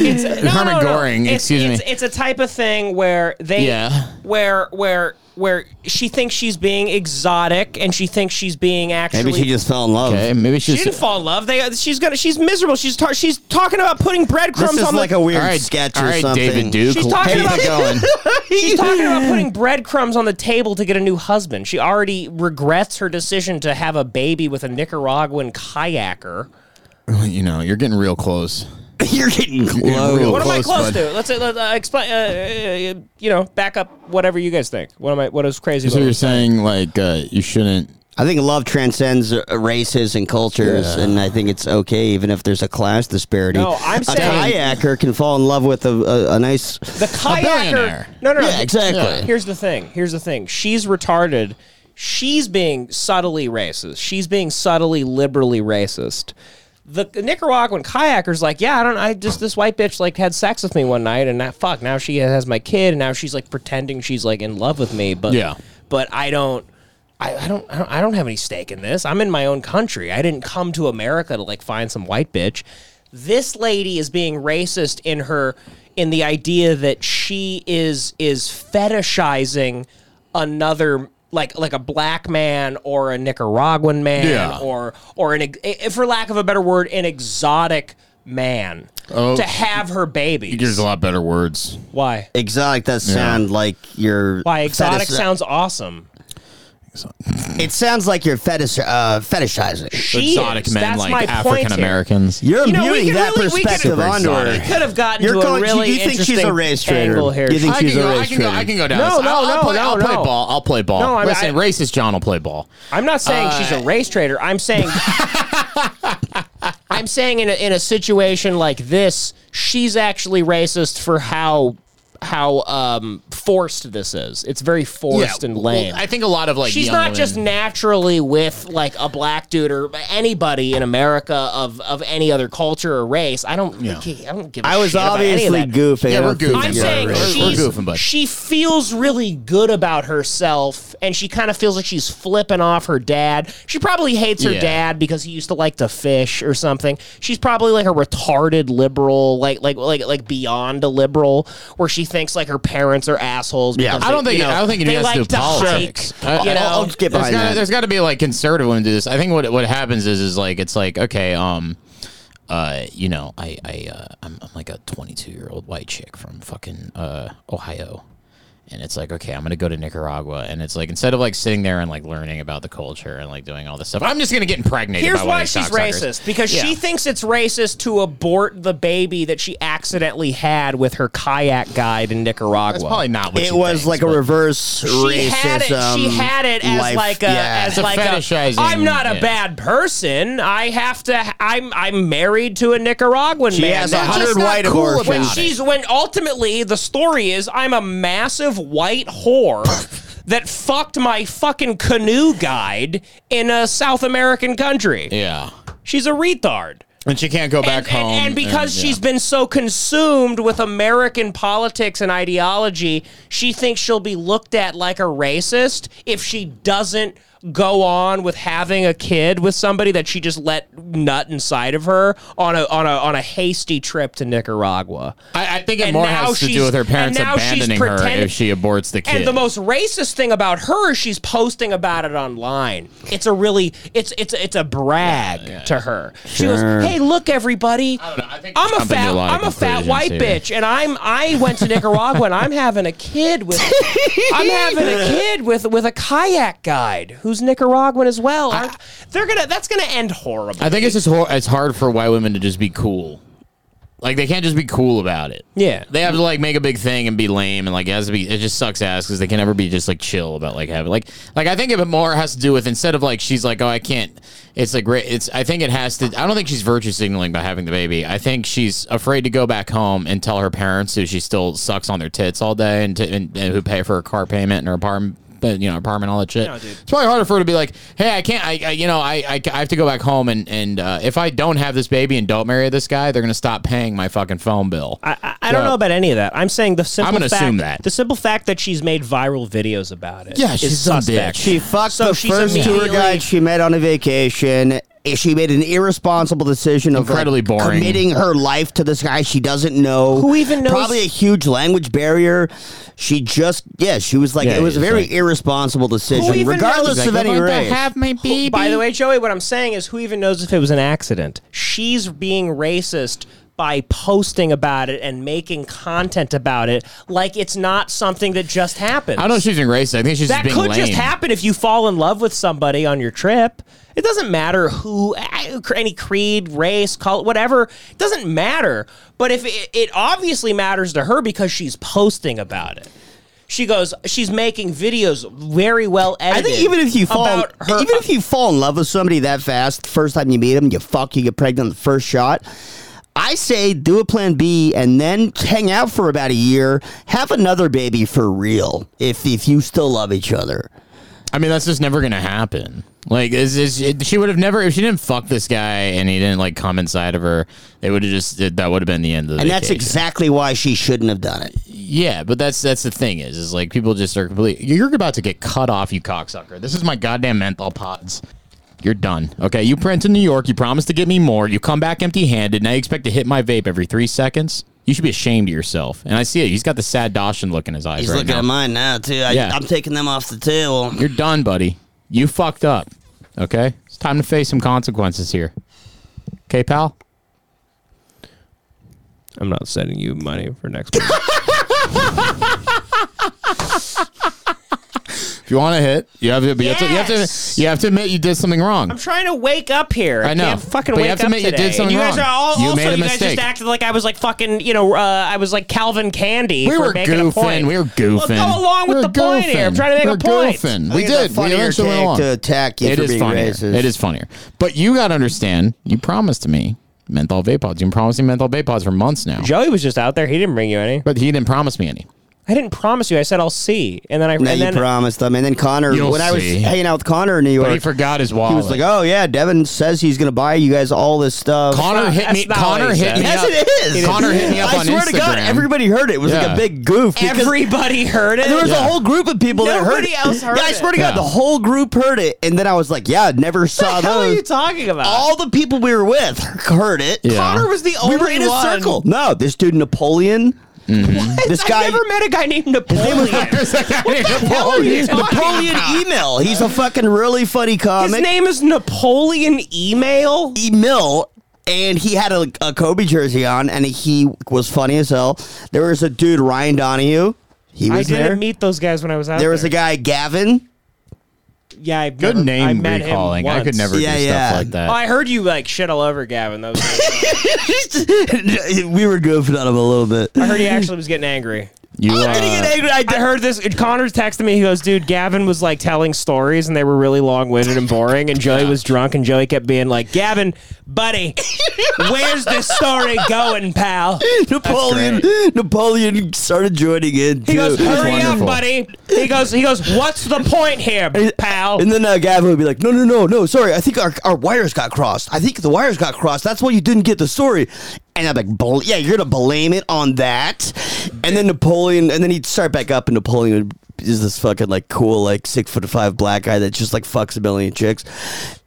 S5: It's, no,
S6: Herman
S5: no, no.
S6: Goring,
S5: It's-
S6: excuse me.
S5: it's, It's a type of thing where they,
S6: Yeah.
S5: where where where she thinks she's being exotic and she thinks she's being actually.
S4: Maybe she just fell in love. Okay,
S6: maybe
S5: She didn't fall in love. They, she's gonna. She's miserable. She's tar- she's talking about putting breadcrumbs
S4: This is
S5: on
S4: like
S5: the.
S4: a weird All right, sketch or all right, something. David Duke,
S5: She's talking
S4: keep
S5: about
S4: it going.
S5: she's talking about putting breadcrumbs on the table to get a new husband. She already regrets her decision to have a baby with a Nicaraguan kayaker.
S6: You know, you're getting real close.
S4: you're getting close.
S5: what am I close
S6: bud.
S5: to? Let's uh, let, uh, explain. Uh, uh, you know, back up whatever you guys think. What am I? What is crazy?
S6: So
S5: about
S6: you're
S5: this?
S6: saying like uh, you shouldn't.
S4: I think love transcends uh, races and cultures,
S6: Yeah.
S4: and I think it's okay even if there's a class disparity.
S5: No, I'm
S4: a
S5: saying-
S4: kayaker can fall in love with a, a, a nice
S5: The kayaker.
S4: billionaire.
S5: No, no, no.
S4: Yeah, exactly.
S5: Here's the thing. Here's the thing. She's retarded. She's being subtly racist. She's being subtly liberally racist. The Nicaraguan kayaker's like, yeah, I don't. I just this white bitch like had sex with me one night, and that fuck. Now she has my kid, and now she's like pretending she's like in love with me, but
S6: Yeah.
S5: but I don't. I, I don't. I don't- I don't have any stake in this. I'm in my own country. I didn't come to America to like find some white bitch. This lady is being racist in her in the idea that she is is fetishizing another like like a black man or a Nicaraguan man
S6: Yeah.
S5: or or an ex- eh, for lack of a better word an exotic man
S6: Oh.
S5: to have her baby.
S6: There's a lot better words.
S5: Why?
S4: Exotic does sound like you're.
S5: Why exotic sounds awesome.
S4: It sounds like you're fetish uh, fetishizing
S5: She Exotic is. men That's like my point
S6: African Americans.
S5: here.
S4: You're
S5: You know, we
S4: imputing
S5: could
S4: that
S5: really- we could-
S4: perspective
S5: Super
S4: onto her.
S5: exotic. We could have gotten
S4: You're
S5: to a
S4: going-
S5: really
S4: You think she's a
S5: interesting
S4: race traitor?
S5: angle here.
S4: You think
S5: I
S4: she's
S5: can
S4: a
S5: go- I
S4: race
S5: can go-
S4: traitor?
S5: I
S6: I can go down.
S5: No,
S6: this.
S5: no,
S6: I'll,
S5: no,
S6: I'll play,
S5: no,
S6: I'll play
S5: no.
S6: ball. I'll play ball.
S5: No, I mean,
S6: Listen,
S5: I-
S6: racist John will play ball.
S5: I'm not saying she's a race traitor. I'm saying I'm saying in a, in a situation like this, she's actually racist for how how um forced this is. It's very forced and
S6: well,
S5: lame.
S6: I think a lot of like
S5: she's
S6: young
S5: not
S6: women-
S5: just naturally with like a black dude or anybody in America of of any other culture or race. I don't I don't give a
S4: I was
S5: shit about any of
S4: obviously
S5: that.
S4: goofing. Yeah, I we're don't think
S5: I'm
S4: you're
S5: saying
S4: right. We're-
S5: she's-
S4: we're goofing, bud.
S5: she feels really good about herself and she kind of feels like she's flipping off her dad. She probably hates her
S6: Yeah.
S5: dad because he used to like to fish or something. She's probably like a retarded liberal, like like like like beyond a liberal where she thinks like her parents are assholes
S6: Yeah,
S5: because
S6: I don't
S5: they-
S6: think
S5: you know,
S6: I don't think it
S5: they
S6: has
S5: like
S6: to do politics.
S5: hike, you know?
S6: there's gotta, There's got to be like conservative when to do this. I think what what happens is is like it's like okay, um, uh, you know, I I uh, I'm, I'm like a 22 year old white chick from fucking uh Ohio. And it's like, okay, I'm gonna go to Nicaragua, and it's like instead of like sitting there and like learning about the culture and like doing all this stuff, I'm just gonna get impregnated.
S5: Here's
S6: by one
S5: why
S6: of these
S5: she's
S6: cocksuckers.
S5: racist because
S6: Yeah.
S5: she thinks it's racist to abort the baby that she accidentally had with her kayak guide in Nicaragua.
S6: That's probably not what
S4: it
S6: she
S4: was
S6: thinks,
S4: like a
S6: but-
S4: reverse
S5: She
S4: racism.
S5: had it. She had it as
S4: life-
S5: like a
S4: yeah.
S5: as like a. I'm not a bad person. I have to. I'm I'm married to a Nicaraguan
S4: She
S5: man.
S4: has
S5: That's
S4: 100
S5: just not
S4: white abortions.
S5: When
S4: about it.
S5: she's when ultimately the story is I'm a massive white whore. That fucked my fucking canoe guide in a South American country.
S6: Yeah.
S5: She's a retard.
S6: and she can't go back home.
S5: And, and because
S6: yeah.
S5: she's been so consumed with American politics and ideology, she thinks she'll be looked at like a racist if she doesn't go on with having a kid with somebody that she just let nut inside of her on a on a on a hasty trip to Nicaragua.
S6: I, I think it
S5: And
S6: more
S5: now
S6: has to
S5: she's-
S6: do with her parents
S5: and now she's
S6: abandoning her
S5: pretending-
S6: if she aborts the kid.
S5: And the most racist thing about her is she's posting about it online. It's a really it's it's it's a brag to her. She
S6: Sure.
S5: goes, "Hey, look everybody, I'm a
S6: jumping to
S5: fat
S6: a lot of
S5: I'm a fat
S6: conclusions
S5: white
S6: here.
S5: bitch, and I'm I went to Nicaragua and I'm having a kid with I'm having a kid with with a kayak guide who's Nicaraguan as well. Aren't- they're gonna that's gonna end horrible.
S6: I think it's just hor- it's hard for white women to just be cool. Like they can't just be cool about it.
S5: Yeah,
S6: They have to like make a big thing and be lame and like it has to be. It just sucks ass because they can never be just like chill about like having like like I think it more has to do with instead of like she's like oh I can't. It's like ra- it's I think it has to. I don't think she's virtue signaling by having the baby. I think she's afraid to go back home and tell her parents who she still sucks on their tits all day and, t- and, and who pay for her car payment and her apartment. But you know, apartment, all that shit.
S5: No, dude.
S6: it's probably harder for her to be like, "Hey, I can't. I, I you know, I, I, I have to go back home, and and uh, if I don't have this baby and don't marry this guy, they're gonna stop paying my fucking phone bill."
S5: I, I don't know about any of that. I'm saying the simple
S6: I'm gonna
S5: fact,
S6: assume that.
S5: the simple fact that she's made viral videos about it.
S6: Yeah,
S5: is
S6: she's some
S5: suspect.
S6: bitch.
S4: She fucked
S5: So
S4: the
S5: she's
S4: first tour
S5: immediately-
S4: guide she met on a vacation She made an irresponsible decision of like,
S6: Incredibly boring.
S4: committing her life to this guy she doesn't know.
S25: Who even knows-
S4: Probably a huge language barrier. She just yeah, she was like
S6: Yeah,
S4: it was a
S6: it's
S4: very
S6: like-
S4: irresponsible decision,
S5: even
S4: regardless
S5: knows-
S4: of any race.
S6: my baby.
S5: By the way, Joey, what I'm saying is, who even knows if it was an accident? She's being racist by posting about it and making content about it, like it's not something that just happened.
S6: I don't know if she's being racist. I think she's
S5: that
S6: just being
S5: could
S6: lame.
S5: just happen if you fall in love with somebody on your trip. It doesn't matter who, I- any creed, race, color, whatever. It doesn't matter. But if it, it obviously matters to her because she's posting about it. She goes. She's making videos very well
S4: I
S5: edited.
S4: think even if you fall,
S5: about her
S4: even if you fall in love with somebody that fast, first time you meet them, you fuck, you get pregnant on the first shot. I say do a plan B and then hang out for about a year, have another baby for real. If if you still love each other,
S6: I mean, that's just never gonna happen. Like, is is it, she would have never if she didn't fuck this guy and he didn't like come inside of her, they would have just that would have been the end of the.
S4: and that's
S6: vacation.
S4: exactly why she shouldn't have done it.
S6: Yeah, but that's that's the thing is is like people just are completely. You're about to get cut off, you cocksucker. This is my goddamn menthol pods. You're done. Okay, you print in New York. You promised to get me more. You come back empty-handed. Now you expect to hit my vape every three seconds. You should be ashamed of yourself. And I see it. He's got the sad Dawson look in his eyes
S4: He's
S6: right
S4: looking
S6: now.
S4: at mine now too. I,
S6: Yeah.
S4: I'm taking them off the table.
S6: You're done, buddy. You fucked up. Okay? It's time to face some consequences here. Okay, pal?
S5: I'm not sending you money for next month.
S6: If you want to hit, you have to, but you, have to you have to you have to admit you did something wrong.
S5: I'm trying to wake up here. I,
S6: I know.
S5: can't fucking
S6: But you
S5: wake
S6: have to
S5: up
S6: admit you
S5: today.
S6: did something
S5: and you guys
S6: wrong.
S5: are all,
S6: You
S5: also
S6: made a
S5: you guys
S6: mistake.
S5: just acted like I was like fucking, you know, uh, I was like Calvin Candy.
S6: We
S5: for
S6: were
S5: making a point.
S6: goofing. We were goofing.
S5: Well, go along with
S6: We were
S5: the point here. I'm
S6: goofing.
S5: trying to make
S6: We
S5: a
S6: were
S5: point.
S6: goofing.
S4: I think
S6: We
S4: it's a
S6: did. We
S4: funnier
S6: eventually went
S4: take
S6: along.
S4: to attack you
S6: It
S4: for
S6: is
S4: being
S6: funnier.
S4: racist.
S6: It is funnier. But you got to understand. You promised me menthol vape pods. You've been promising menthol vape pods for months now.
S5: Joey was just out there. He didn't bring you any.
S6: But he didn't promise me any.
S5: I didn't promise you. I said I'll see, and then I
S4: No,
S5: and
S4: you
S5: then
S4: promised them. And then Connor,
S6: You'll
S4: when I was
S6: see.
S4: hanging out with Connor in New York,
S6: But he forgot his
S4: He
S6: wallet.
S4: was like, "Oh yeah, Devin says he's gonna buy you guys all this stuff."
S6: Connor hit me. Connor hit me.
S4: Yes,
S6: up.
S4: it is.
S6: Connor hit me up
S4: I
S6: on
S4: swear
S6: Instagram.
S4: to God, everybody heard it. It was like
S6: Yeah.
S4: a big goof. because
S5: everybody heard it.
S4: There was
S6: Yeah.
S4: a whole group of people that heard
S5: Nobody
S4: it.
S5: else heard
S4: yeah, I swear to God,
S6: it.
S4: the whole group heard it, and then I was like, "Yeah, I never saw
S5: hell are
S4: those."
S5: you talking about?
S4: All the people we were with heard it.
S6: Yeah. Connor
S5: was the
S4: We were
S5: only
S4: in a
S5: one.
S4: circle. No, this dude Napoleon.
S6: Mm-hmm.
S4: This
S5: I
S4: guy.
S5: never met a guy named
S4: His name was-
S5: Napoleon. hell are you talking
S4: Napoleon
S5: about?
S4: Email. He's a fucking really funny comic.
S5: His name is Napoleon Email.
S4: Emil, and he had a, a Kobe jersey on, and he was funny as hell. There was a dude, Ryan Donahue. He
S5: I
S4: was
S5: didn't
S4: there.
S5: meet those guys when I was out
S4: there
S5: there.
S4: was a guy, Gavin.
S5: yeah, I
S6: Good
S5: never- I
S6: name
S5: met him
S6: recalling. I could
S5: once.
S6: never
S4: Yeah,
S6: do
S4: yeah.
S6: stuff like that.
S5: Oh, I heard you like shit all over Gavin. That was,
S4: we were goofing on him a little bit.
S5: I heard he actually was getting angry.
S6: You, uh,
S5: angry. I, heard this. Connor texted me. He goes, "Dude, Gavin was like telling stories, and they were really long-winded and boring. And Joey was drunk, and Joey kept being like, Gavin, buddy, where's this story going, pal?'"
S4: Napoleon Napoleon started joining in.
S5: He
S4: too.
S5: goes, "Hurry up,
S6: wonderful.
S5: buddy." He goes, "He goes, what's the point here, pal?"
S4: And then uh, Gavin would be like, "No, no, no, no. Sorry, I think our, our wires got crossed. I think the wires got crossed. That's why you didn't get the story." And I'm like, "Bl- "Yeah, you're gonna blame it on that." And then Napoleon, and then he'd start back up, and Napoleon is this fucking like cool like six foot five black guy that just like fucks a million chicks,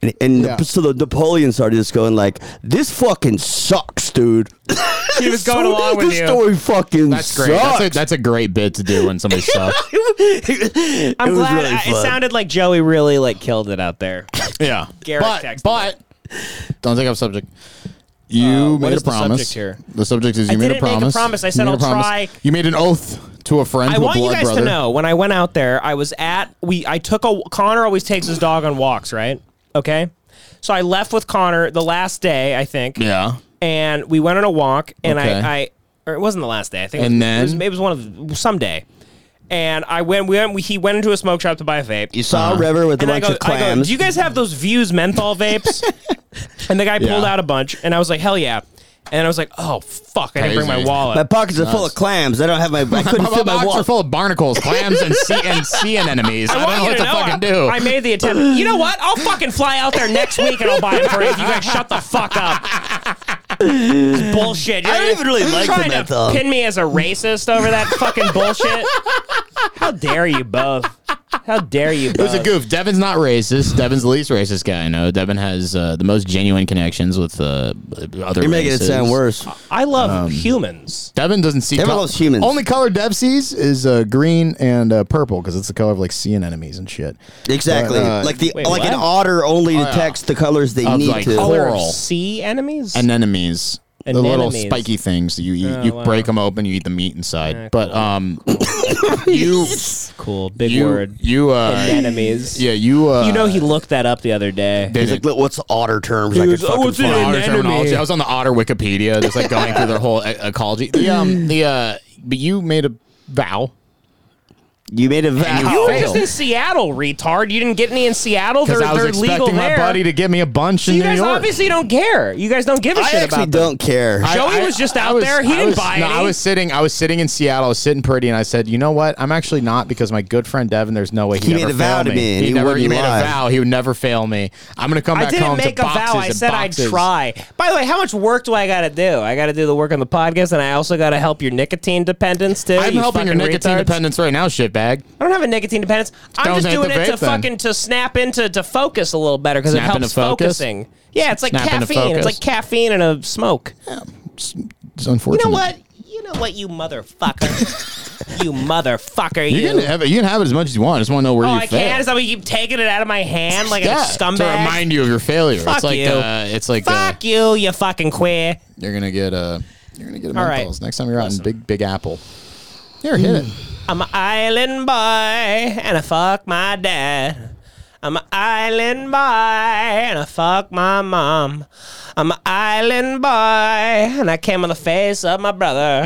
S4: and, and
S27: Yeah.
S4: so the Napoleon started just going like, "This fucking sucks, dude."
S5: He was going along with
S4: this
S5: you.
S4: story fucking
S6: That's great.
S4: sucks.
S6: That's a, that's a great bit to do when somebody sucks.
S5: I'm
S4: It was
S5: glad.
S4: really
S5: I- it
S4: fun.
S5: sounded like Joey really like killed it out there.
S6: Yeah.
S5: Garrett
S6: but
S5: texted
S6: but don't take up subject. You
S5: Uh, what
S6: made
S5: is
S6: a
S5: the
S6: promise.
S5: subject here?
S6: The subject is you
S5: I
S6: made a
S5: didn't make a
S6: promise.
S5: promise. I
S6: You
S5: said
S6: made a
S5: I'll
S6: promise.
S5: try.
S6: You made an oath to a friend,
S5: I
S6: to a
S5: want
S6: blood
S5: you guys
S6: brother.
S5: to know when I went out there, I was at we I took a Connor always takes his dog on walks, right? Okay. So I left with Connor the last day, I think.
S6: Yeah.
S5: And we went on a walk and
S6: Okay.
S5: I, I or it wasn't the last day, I think it
S6: And
S5: was,
S6: then?
S5: it was, it was one of someday. And I went we, went he went into a smoke shop to buy a vape.
S4: You saw a river with a
S5: and I
S4: bunch
S5: go,
S4: of
S5: I go,
S4: clams.
S5: Do you guys have those views menthol vapes? and the guy pulled
S6: Yeah.
S5: out a bunch and I was like, Hell yeah. And I was like, Oh fuck, I didn't bring my
S6: Crazy.
S5: wallet.
S4: my pockets are full of clams. I don't have my. I couldn't
S6: my
S4: fit my
S6: box
S4: wallet.
S6: are full of barnacles, clams, and sea and sea anemones. I,
S5: I, want
S6: don't know
S5: you
S6: what
S5: to
S6: to
S5: know
S6: fucking
S5: I-
S6: do.
S5: I made the attempt. You know what? I'll fucking fly out there next week and I'll buy them for you if you guys shut the fuck up. It's bullshit.
S4: I don't even really like the
S5: trying
S4: menthol.
S5: to pin me as a racist over that fucking bullshit. How dare you both? How dare you?
S6: It was a goof. Devin's not racist. Devin's the least racist guy I know. Devin has uh, the most genuine connections with uh, other.
S4: You're making it
S6: races.
S4: sound worse.
S28: I love
S6: Um,
S28: humans.
S6: Devin doesn't see.
S4: Devin
S6: col-
S4: loves humans.
S29: Only color Dev sees is uh, green and uh, purple because it's the color of like sea anemones and shit.
S4: Exactly.
S29: But, uh,
S4: like the like an otter only
S29: Oh, yeah.
S4: detects the colors they
S6: Of,
S4: need
S6: like, "Oh,
S4: to.
S6: color
S28: Or sea enemies?
S6: anemones. The little
S28: Anemones.
S6: spiky things that you eat.
S28: Oh,
S6: you
S28: wow.
S6: break them open. You eat the meat inside. But um, you
S28: cool big
S6: you,
S28: word.
S6: You uh,
S28: Anemones.
S6: Yeah, you. Uh,
S28: you know he looked that up the other day.
S6: He's like,
S4: look, what's the otter terms
S6: I could fucking find otter terminology. I was on the otter Wikipedia, just like going through their whole e- ecology. The um, the uh, but you made a vow.
S4: You made a vow.
S6: You
S5: You were just
S6: failed.
S5: in Seattle, retard. You didn't get any in Seattle. They're,
S6: Because I was
S5: they're
S6: expecting
S5: legal
S6: my
S5: there.
S6: buddy to give me a bunch
S5: So
S6: in
S5: you
S6: New
S5: guys
S6: York.
S5: obviously don't care. You guys don't give a
S6: I
S5: shit
S6: actually
S5: about them.
S4: don't care.
S6: I-
S5: Joey
S6: I-
S5: was just
S6: I
S5: out
S6: was-
S5: there. He
S6: I
S5: didn't
S6: was-
S5: buy
S6: no,
S5: any.
S6: I was sitting. I was sitting in Seattle. I was sitting pretty, and I said, "You know what? I'm actually not because my good friend Devin. There's no way
S4: He
S6: he
S4: made
S6: ever
S4: a vow
S6: fail
S4: to me, and
S6: He,
S4: he
S6: never.
S4: wouldn't
S6: He made
S4: lie.
S6: a vow. He would never fail me. I'm gonna come
S5: I
S6: back
S5: didn't
S6: home
S5: make
S6: to
S5: a vow.
S6: boxes
S5: I
S6: and
S5: said
S6: boxes.
S5: I'd try. By the way, how much work do I got to do? I got to do the work on the podcast, and I also got to help your nicotine dependence too.
S6: I'm
S5: you
S6: helping your
S5: fucking
S6: nicotine
S5: retards.
S6: dependence right now, shitbag.
S5: I don't have a nicotine dependence. I'm
S6: Don't
S5: just
S6: hit
S5: doing
S6: the
S5: it to
S6: vape then.
S5: fucking to snap into to focus a little better because it
S6: Snap into
S5: helps
S6: focus?
S5: focusing. Yeah, it's like
S6: Snap into
S5: caffeine. It's
S6: focus?
S5: like caffeine and a smoke.
S6: It's unfortunate.
S5: You know what? You know what? You motherfucker. you motherfucker.
S6: You
S5: You.
S6: can have it. You can have it as much as you want. I just want to know where
S5: oh,
S6: you
S5: I
S6: fail.
S5: can't. Is that we keep taking it out of my hand like
S6: Yeah,
S5: a scumbag?
S6: to remind you of your failure.
S5: Fuck
S6: it's like
S5: you.
S6: Uh, it's like uh,
S5: Fuck you, you fucking queer.
S6: you're gonna get uh, you're gonna get a
S5: All
S6: menthols
S5: right.
S6: next time you're out in Big Big Apple. Here, hit it.
S5: I'm an island boy and I fuck my dad. I'm an island boy and I fuck my mom. I'm an island boy and I came on the face of my brother.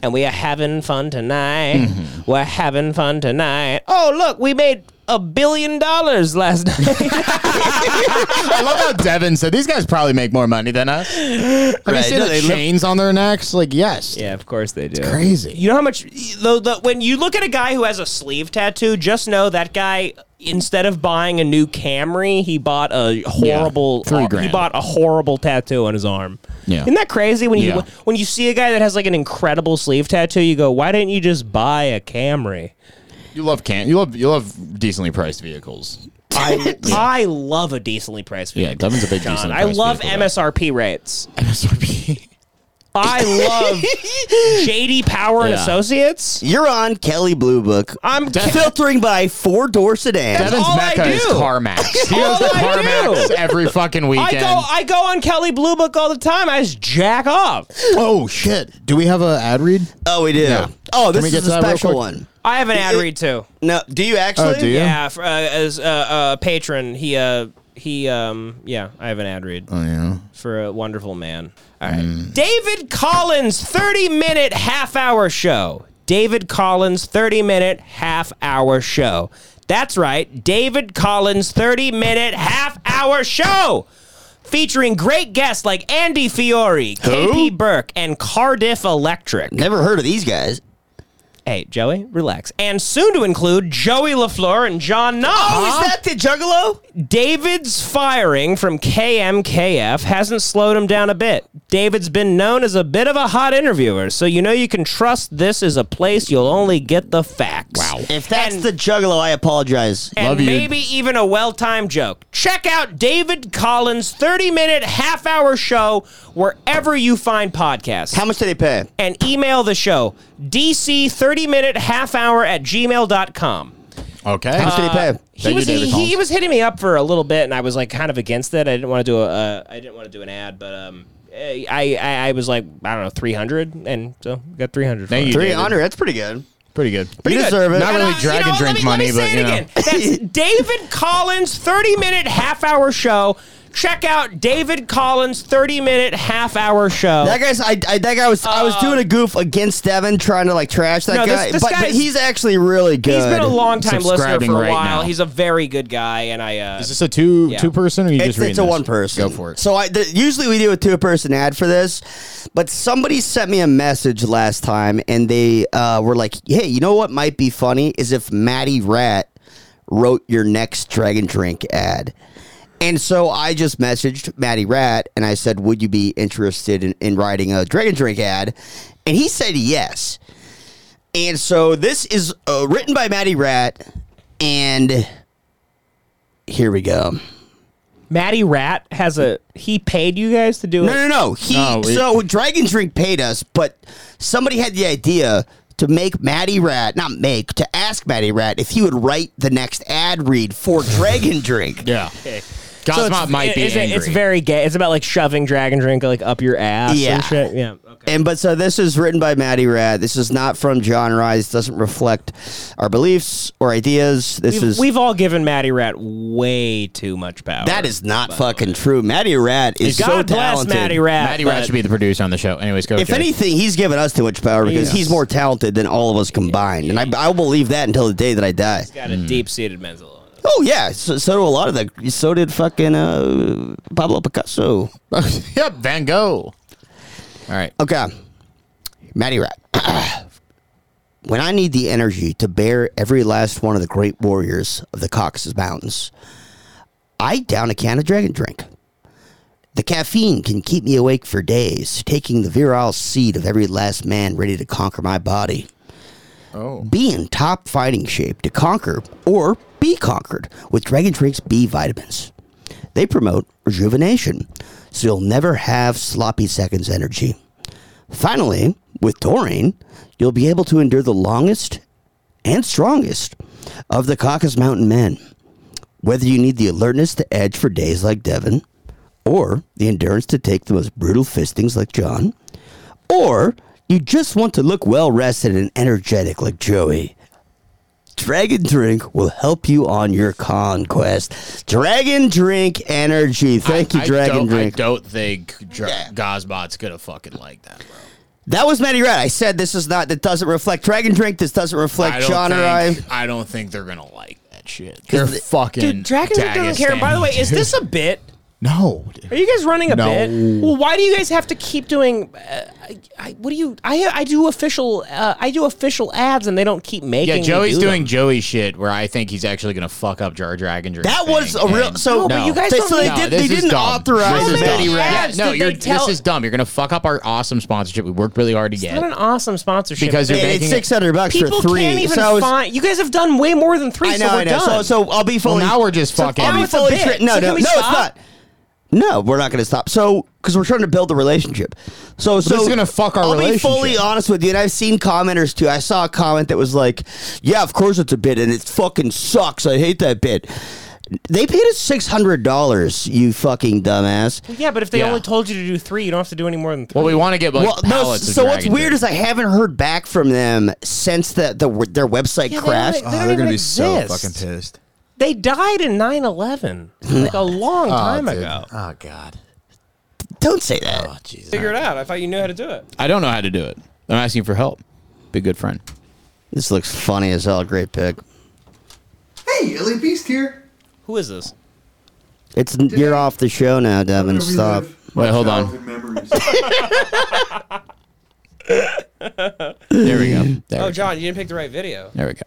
S5: And we are having fun tonight. We're having fun tonight. Oh, look, we made a billion dollars last night.
S6: I love how Devin said these guys probably make more money than us. I mean,
S5: Right,
S6: see
S5: no,
S6: the
S5: they live-
S6: chains on their necks. Like, yes,
S5: yeah, of course they do.
S6: crazy.
S5: You know how much the, the when you look at a guy who has a sleeve tattoo, just know that guy instead of buying a new Camry, he bought a horrible uh,
S6: three
S5: he
S6: grand.
S5: bought a horrible tattoo on his arm.
S6: Yeah.
S5: Isn't that crazy when you
S6: Yeah.
S5: when you see a guy that has like an incredible sleeve tattoo, you go, "Why didn't you just buy a Camry?"
S6: You love can. You love you love decently priced vehicles.
S5: I I love a decently priced
S6: Yeah,
S5: vehicle.
S6: Devin's a big
S5: John,
S6: decently
S5: I
S6: priced
S5: love
S6: vehicle guy.
S5: MSRP rates. MSRP. I love JD Power and
S4: Yeah.
S5: Associates.
S4: You're on Kelly Blue Book.
S5: I'm
S4: filtering by four door sedan.
S5: That's Devin's all I mecca is do.
S6: CarMax. He goes
S5: All
S6: to
S5: I
S6: CarMax
S5: do.
S6: every fucking weekend.
S5: I go, I go on Kelly Blue Book all the time. I just jack off.
S6: oh shit! Do we have a ad read?
S4: Oh, we do.
S6: Yeah.
S4: Oh, this
S6: Can we get
S4: is
S6: to
S4: a
S6: that real
S4: special
S6: quick?
S4: one.
S5: I have an ad read too.
S4: No, do you actually?
S6: Oh, do you?
S5: Yeah, for, uh, as a uh, uh, patron, he uh, he um, yeah, I have an ad read
S6: Oh yeah. Mm.
S5: for a wonderful man. All right, David Collins, thirty-minute half-hour show. David Collins, thirty-minute half-hour show. That's right, David Collins, thirty-minute half-hour show. Featuring great guests like Andy Fiore, KP Burke, and Cardiff Electric.
S4: Never heard of these guys.
S5: Hey, Joey, relax. And soon to include Joey LaFleur and John Knopf.
S6: Uh-huh.
S5: Oh, is that the Juggalo? David's firing from KMKF hasn't slowed him down a bit. David's been known as a bit of a hot interviewer, so you know you can trust this is a place you'll only get the facts. Wow.
S4: If that's the juggalo, I apologize.
S5: And maybe even a well timed joke. Check out David Collins' 30 minute half hour show wherever you find podcasts.
S4: How much do they pay?
S5: And email the show DC 30 minute half hour at gmail.com.
S6: Okay. Uh,
S4: How much did he pay?
S5: Uh, He was, he, he was hitting me up for a little bit, and I was like kind of against it. I didn't want to do a uh, I didn't want to do an ad, but um, eh, I, I I was like I don't know three hundred, and so got three hundred.
S6: Thank you,
S4: Three
S6: David.
S4: hundred. That's pretty good.
S6: Pretty good.
S4: you deserve it.
S6: Not
S4: And,
S6: really
S4: uh,
S6: dragon
S5: know, let
S6: drink
S5: me- let
S6: money,
S5: me
S6: but
S5: say
S6: you
S5: it
S6: know.
S5: again. That's David Collins' 30 minute half hour show. Check out David Collins' 30 minute half hour show.
S4: That guy's. I, I. That guy was. I was doing a goof against Devin, trying to like trash that
S5: Uh, No, this-
S4: guy.
S5: this
S4: but, but
S5: guy's-
S4: he's actually really good.
S5: He's been a long time listener
S6: Subscribing
S5: for a
S6: right
S5: while.
S6: now.
S5: He's a very good guy, and I. Uh,
S6: Is this a two
S5: Yeah.
S6: two person or you
S4: It's,
S6: just reading
S4: it's a
S6: this?
S4: one person.
S6: Go for it.
S4: So I the, usually we do a two person ad for this, but somebody sent me a message last time and they uh, were like, "Hey, you know what might be funny is if Matty Rat wrote your next Dragon Drink ad." And so I just messaged Matty Rat and I said, "Would you be interested in, in writing a Dragon Drink ad?" And he said yes. And so this is uh, written by Matty Rat And here we go.
S5: Matty Rat has a. He paid you guys to do
S4: No,
S5: it.
S4: no, no. He so Dragon Drink paid us, but somebody had the idea to make Matty Rat not make to ask Matty Rat if he would write the next ad read for Dragon Drink.
S6: Yeah,
S5: So it's- it- it's, It's very gay. It's about like shoving Dragon Drink like up your ass. Yeah.
S4: Yeah.
S5: And shit. Yeah.
S4: And but so this is written by Matty Rad. This is not from John Rise. Doesn't reflect our beliefs or ideas. This
S5: we've,
S4: is
S5: we've all given Matty Rat way too much power.
S4: that is not fucking true. Matty Rad is
S5: God
S4: so
S5: bless
S4: talented.
S5: Matty Rat,
S6: Matty Rat should be the producer on the show. Anyways, go.
S4: If
S6: Jay.
S4: anything, he's given us too much power because he's more talented than all of us combined, and I, I will believe that until the day that I die.
S5: Got a
S6: Mm.
S5: deep seated mental.
S4: Oh yeah, so, so do a lot of the. So did fucking uh, Pablo Picasso.
S6: yep, Van Gogh. All right.
S4: Okay. Matty Rat. when I need the energy to bear every last one of the great warriors of the Caucasus Mountains, I down a can of dragon drink. The caffeine can keep me awake for days, taking the virile seed of every last man ready to conquer my body. Be in top fighting shape to conquer or be conquered with Dragon Drink's B vitamins. They promote rejuvenation, so you'll never have sloppy seconds energy. Finally, with taurine, you'll be able to endure the longest and strongest of the Caucasus Mountain men. Whether you need the alertness to edge for days like Devon, or the endurance to take the most brutal fistings like John, or you just want to look well rested and energetic like Joey. Dragon Drink will help you on your conquest. Dragon Drink Energy. Thank you,
S6: I
S4: Dragon
S6: don't,
S4: Drink.
S6: I don't think Dra- Gazbot's gonna fucking like that.
S4: That was Matty Rat. I said this is not. That doesn't reflect Dragon Drink. This doesn't
S6: I
S4: reflect
S6: don't
S4: John or I.
S6: think, I don't think they're gonna like that shit. They're fucking
S5: Dude, Dragon Drink doesn't care. By the way, is this a bit?
S6: no?
S5: Are you guys running a
S6: No.
S5: bit? Well, why do you guys have to keep doing? Uh, I, I, what do you? I I do official. Uh, I do official ads, and they don't keep making.
S6: Yeah,
S5: me
S6: Joey's
S5: do them.
S6: doing Joey shit where I think he's actually gonna fuck up Jar Dragon Drink.
S5: That was
S6: thing,
S5: a real-
S6: and-
S5: so- No, but you guys
S4: they-
S5: don't
S4: so they
S5: need-
S4: did.
S6: this
S4: They
S6: is
S4: didn't
S6: dumb.
S4: authorize.
S6: This is
S4: Matty
S6: dumb.
S4: Rat.
S5: ads
S6: Yeah, no,
S5: did
S6: you're,
S5: they tell-
S6: this is dumb. You're gonna fuck up our awesome sponsorship. We worked really hard to
S5: It's
S6: get.
S5: not an awesome sponsorship.
S6: Because you're
S5: It's
S6: making it- 600 bucks for
S5: People
S6: three,
S5: can't even
S6: so it's-
S5: find. You guys have done way more than three.
S4: I know.
S5: So we're
S4: I know.
S5: Done.
S4: So, so I'll be fully.
S6: now we're just
S4: so
S6: fucking-
S4: I'll
S6: Oh,
S4: be
S6: it's a
S4: fully.
S6: bit.
S4: Tra- no, no,
S6: So can
S4: no.
S6: we
S4: It's
S6: stop?
S4: not. No, we're not going to stop. So, because we're trying to build a relationship. So, so
S6: this is gonna fuck our
S4: I'll
S6: relationship.
S4: be fully honest with you, and I've seen commenters too. I saw a comment that was like, "Yeah, of course it's a bit, and it fucking sucks. I hate that bit." They paid us six hundred dollars. You fucking dumbass.
S5: yeah, but if they
S4: Yeah.
S5: only told you to do three, you don't have to do any more than three.
S6: well, we want to get like
S4: well, no,
S6: pallets of
S4: so what's
S6: Dragon
S4: weird
S6: Drink.
S4: is I haven't heard back from them since the, the their website
S5: Yeah, they don't- they
S4: crashed.
S5: Oh, don't they're gonna even be so exist. fucking
S4: pissed.
S5: They died in 9-11. like a long time
S6: dude.
S5: ago.
S6: Oh god.
S4: Don't say that.
S6: Oh Jesus.
S5: Figure it out. I thought you knew how to do it.
S6: I don't know how to do it. I'm asking for help. Be a good friend.
S4: This looks funny as hell. Great pick.
S1: Hey, Ellie Beast here.
S5: Who is this?
S4: It's you're off the show now, Devin. Stop.
S6: Wait, hold on. There we
S5: oh,
S6: go. There we go.
S5: John, you didn't pick the right video.
S6: There we go.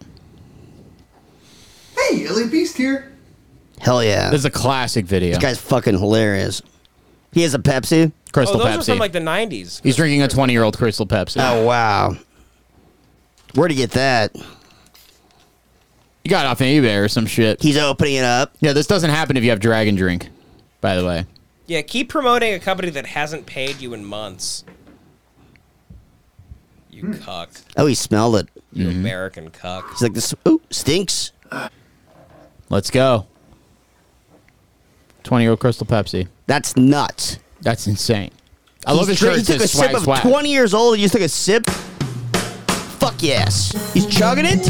S1: Hey, Ellie Beast here.
S4: Hell yeah. This
S6: is a classic video.
S4: This guy's fucking hilarious. He has a Pepsi?
S5: oh,
S6: Crystal
S5: those are
S6: Pepsi.
S5: from like the 90s.
S6: He's drinking a 20 year old Crystal Pepsi.
S4: Oh wow. Where'd he get that?
S6: You got it off eBay or some shit.
S4: He's opening it up.
S6: Yeah, this doesn't happen if you have Dragon Drink, by the way.
S5: Yeah, keep promoting a company that hasn't paid you in months. You cuck.
S4: Oh, he smelled it.
S5: You American cuck.
S4: He's like this ooh, stinks.
S6: Let's go. 20 year old Crystal Pepsi.
S4: That's nuts.
S6: That's insane. I love his
S4: drink-
S6: shirt. It
S4: He took a
S6: says
S4: sip
S6: swag,
S4: of
S6: swag.
S4: twenty years old, he just took a sip. Fuck yes. He's chugging it.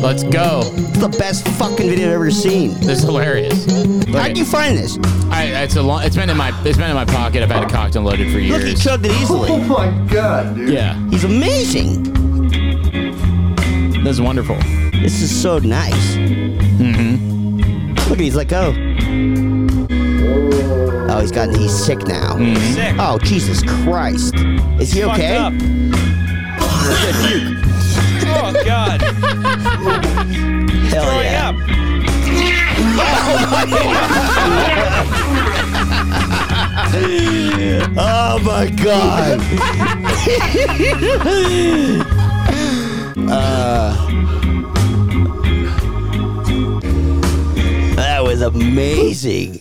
S6: Let's go.
S4: It's the best fucking video I've ever seen.
S6: This is hilarious.
S4: How'd you find this?
S6: I, it's a long, it's been in my it's been in my pocket. I've had a cocktail loaded for years.
S4: Look, he chugged it easily. Oh my god, dude.
S6: Yeah.
S4: He's amazing.
S6: This is wonderful.
S4: This is so nice.
S6: Mm-hmm.
S4: Look at he's let go. Oh, he's gotten he's sick now.
S6: Mhm.
S5: Sick.
S4: Oh Jesus Christ. Is he
S5: Mm-hmm. Fucked up. oh
S4: okay?
S5: God! He's
S4: Hell
S5: throwing
S4: yeah.
S5: up.
S4: Oh my god. uh, amazing.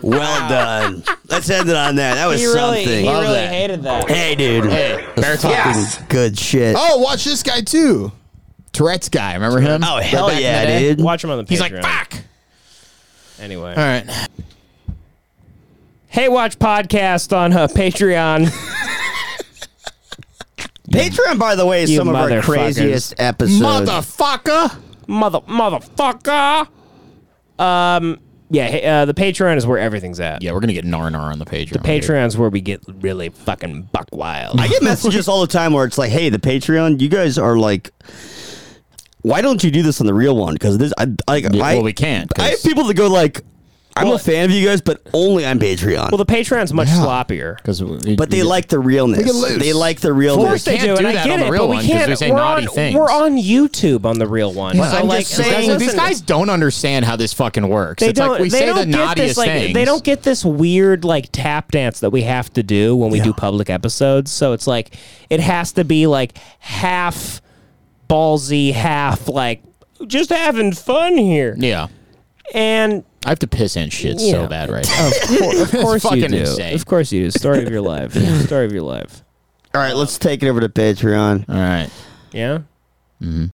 S4: well done. Let's end it on that. That was
S5: He really-
S4: something.
S5: he Love really that. hated that.
S4: Hey, dude.
S5: Hey,
S4: That's
S5: bear
S4: fucking
S5: talk.
S4: Good shit.
S27: Oh, watch this guy too. Tourette's guy. Remember him?
S4: Oh,
S27: Way
S4: hell
S27: back in the
S4: yeah,
S27: day?
S4: dude.
S5: Watch him on the Patreon.
S27: He's like,
S5: fuck. Anyway.
S27: All right.
S5: Hey, watch podcast on uh, Patreon.
S4: Patreon, by the way, is
S5: You
S4: some of our
S5: motherfuckers.
S4: craziest episodes.
S5: Motherfucker. Mother motherfucker. Um yeah, hey, uh, the Patreon is where everything's at.
S6: Yeah, we're gonna get nar nar on the Patreon. The
S5: Patreon's where we get really fucking buck wild.
S4: I get messages all the time where it's like, "Hey, the Patreon, you guys are like, why don't you do this on the real one? Because this, I, I, I,
S6: well, we can't.
S4: I have people that go like, I'm a fan of you guys, but only on Patreon.
S5: Well, the Patreon's much sloppier.
S6: Because
S4: but they like the
S5: We get
S4: realness.
S5: loose.
S4: They like the
S5: Of
S4: realness.
S5: course they do, and I get it, but we can't. are on, We're on YouTube on the real one.
S6: Yeah,
S5: so
S6: I'm
S5: like,
S6: just saying-
S5: listen,
S6: these guys don't understand how this fucking works.
S5: They
S6: it's
S5: don't.
S6: like we
S5: they
S6: say
S5: don't
S6: the
S5: get
S6: naughtiest
S5: this. Like,
S6: things.
S5: they don't get this weird like tap dance that we have to do when we do public episodes. So it's like it has to be like half ballsy, half like just having fun here.
S6: Yeah.
S5: And
S6: I have to piss and shit
S5: Yeah.
S6: so bad right now.
S5: of, cour- of
S6: It's
S5: course you
S6: fucking
S5: do.
S6: insane.
S5: Of course you do. Story of your life. Story of your life.
S4: All right, let's take it over to Patreon.
S6: All right.
S5: Yeah.
S6: Mm-hmm.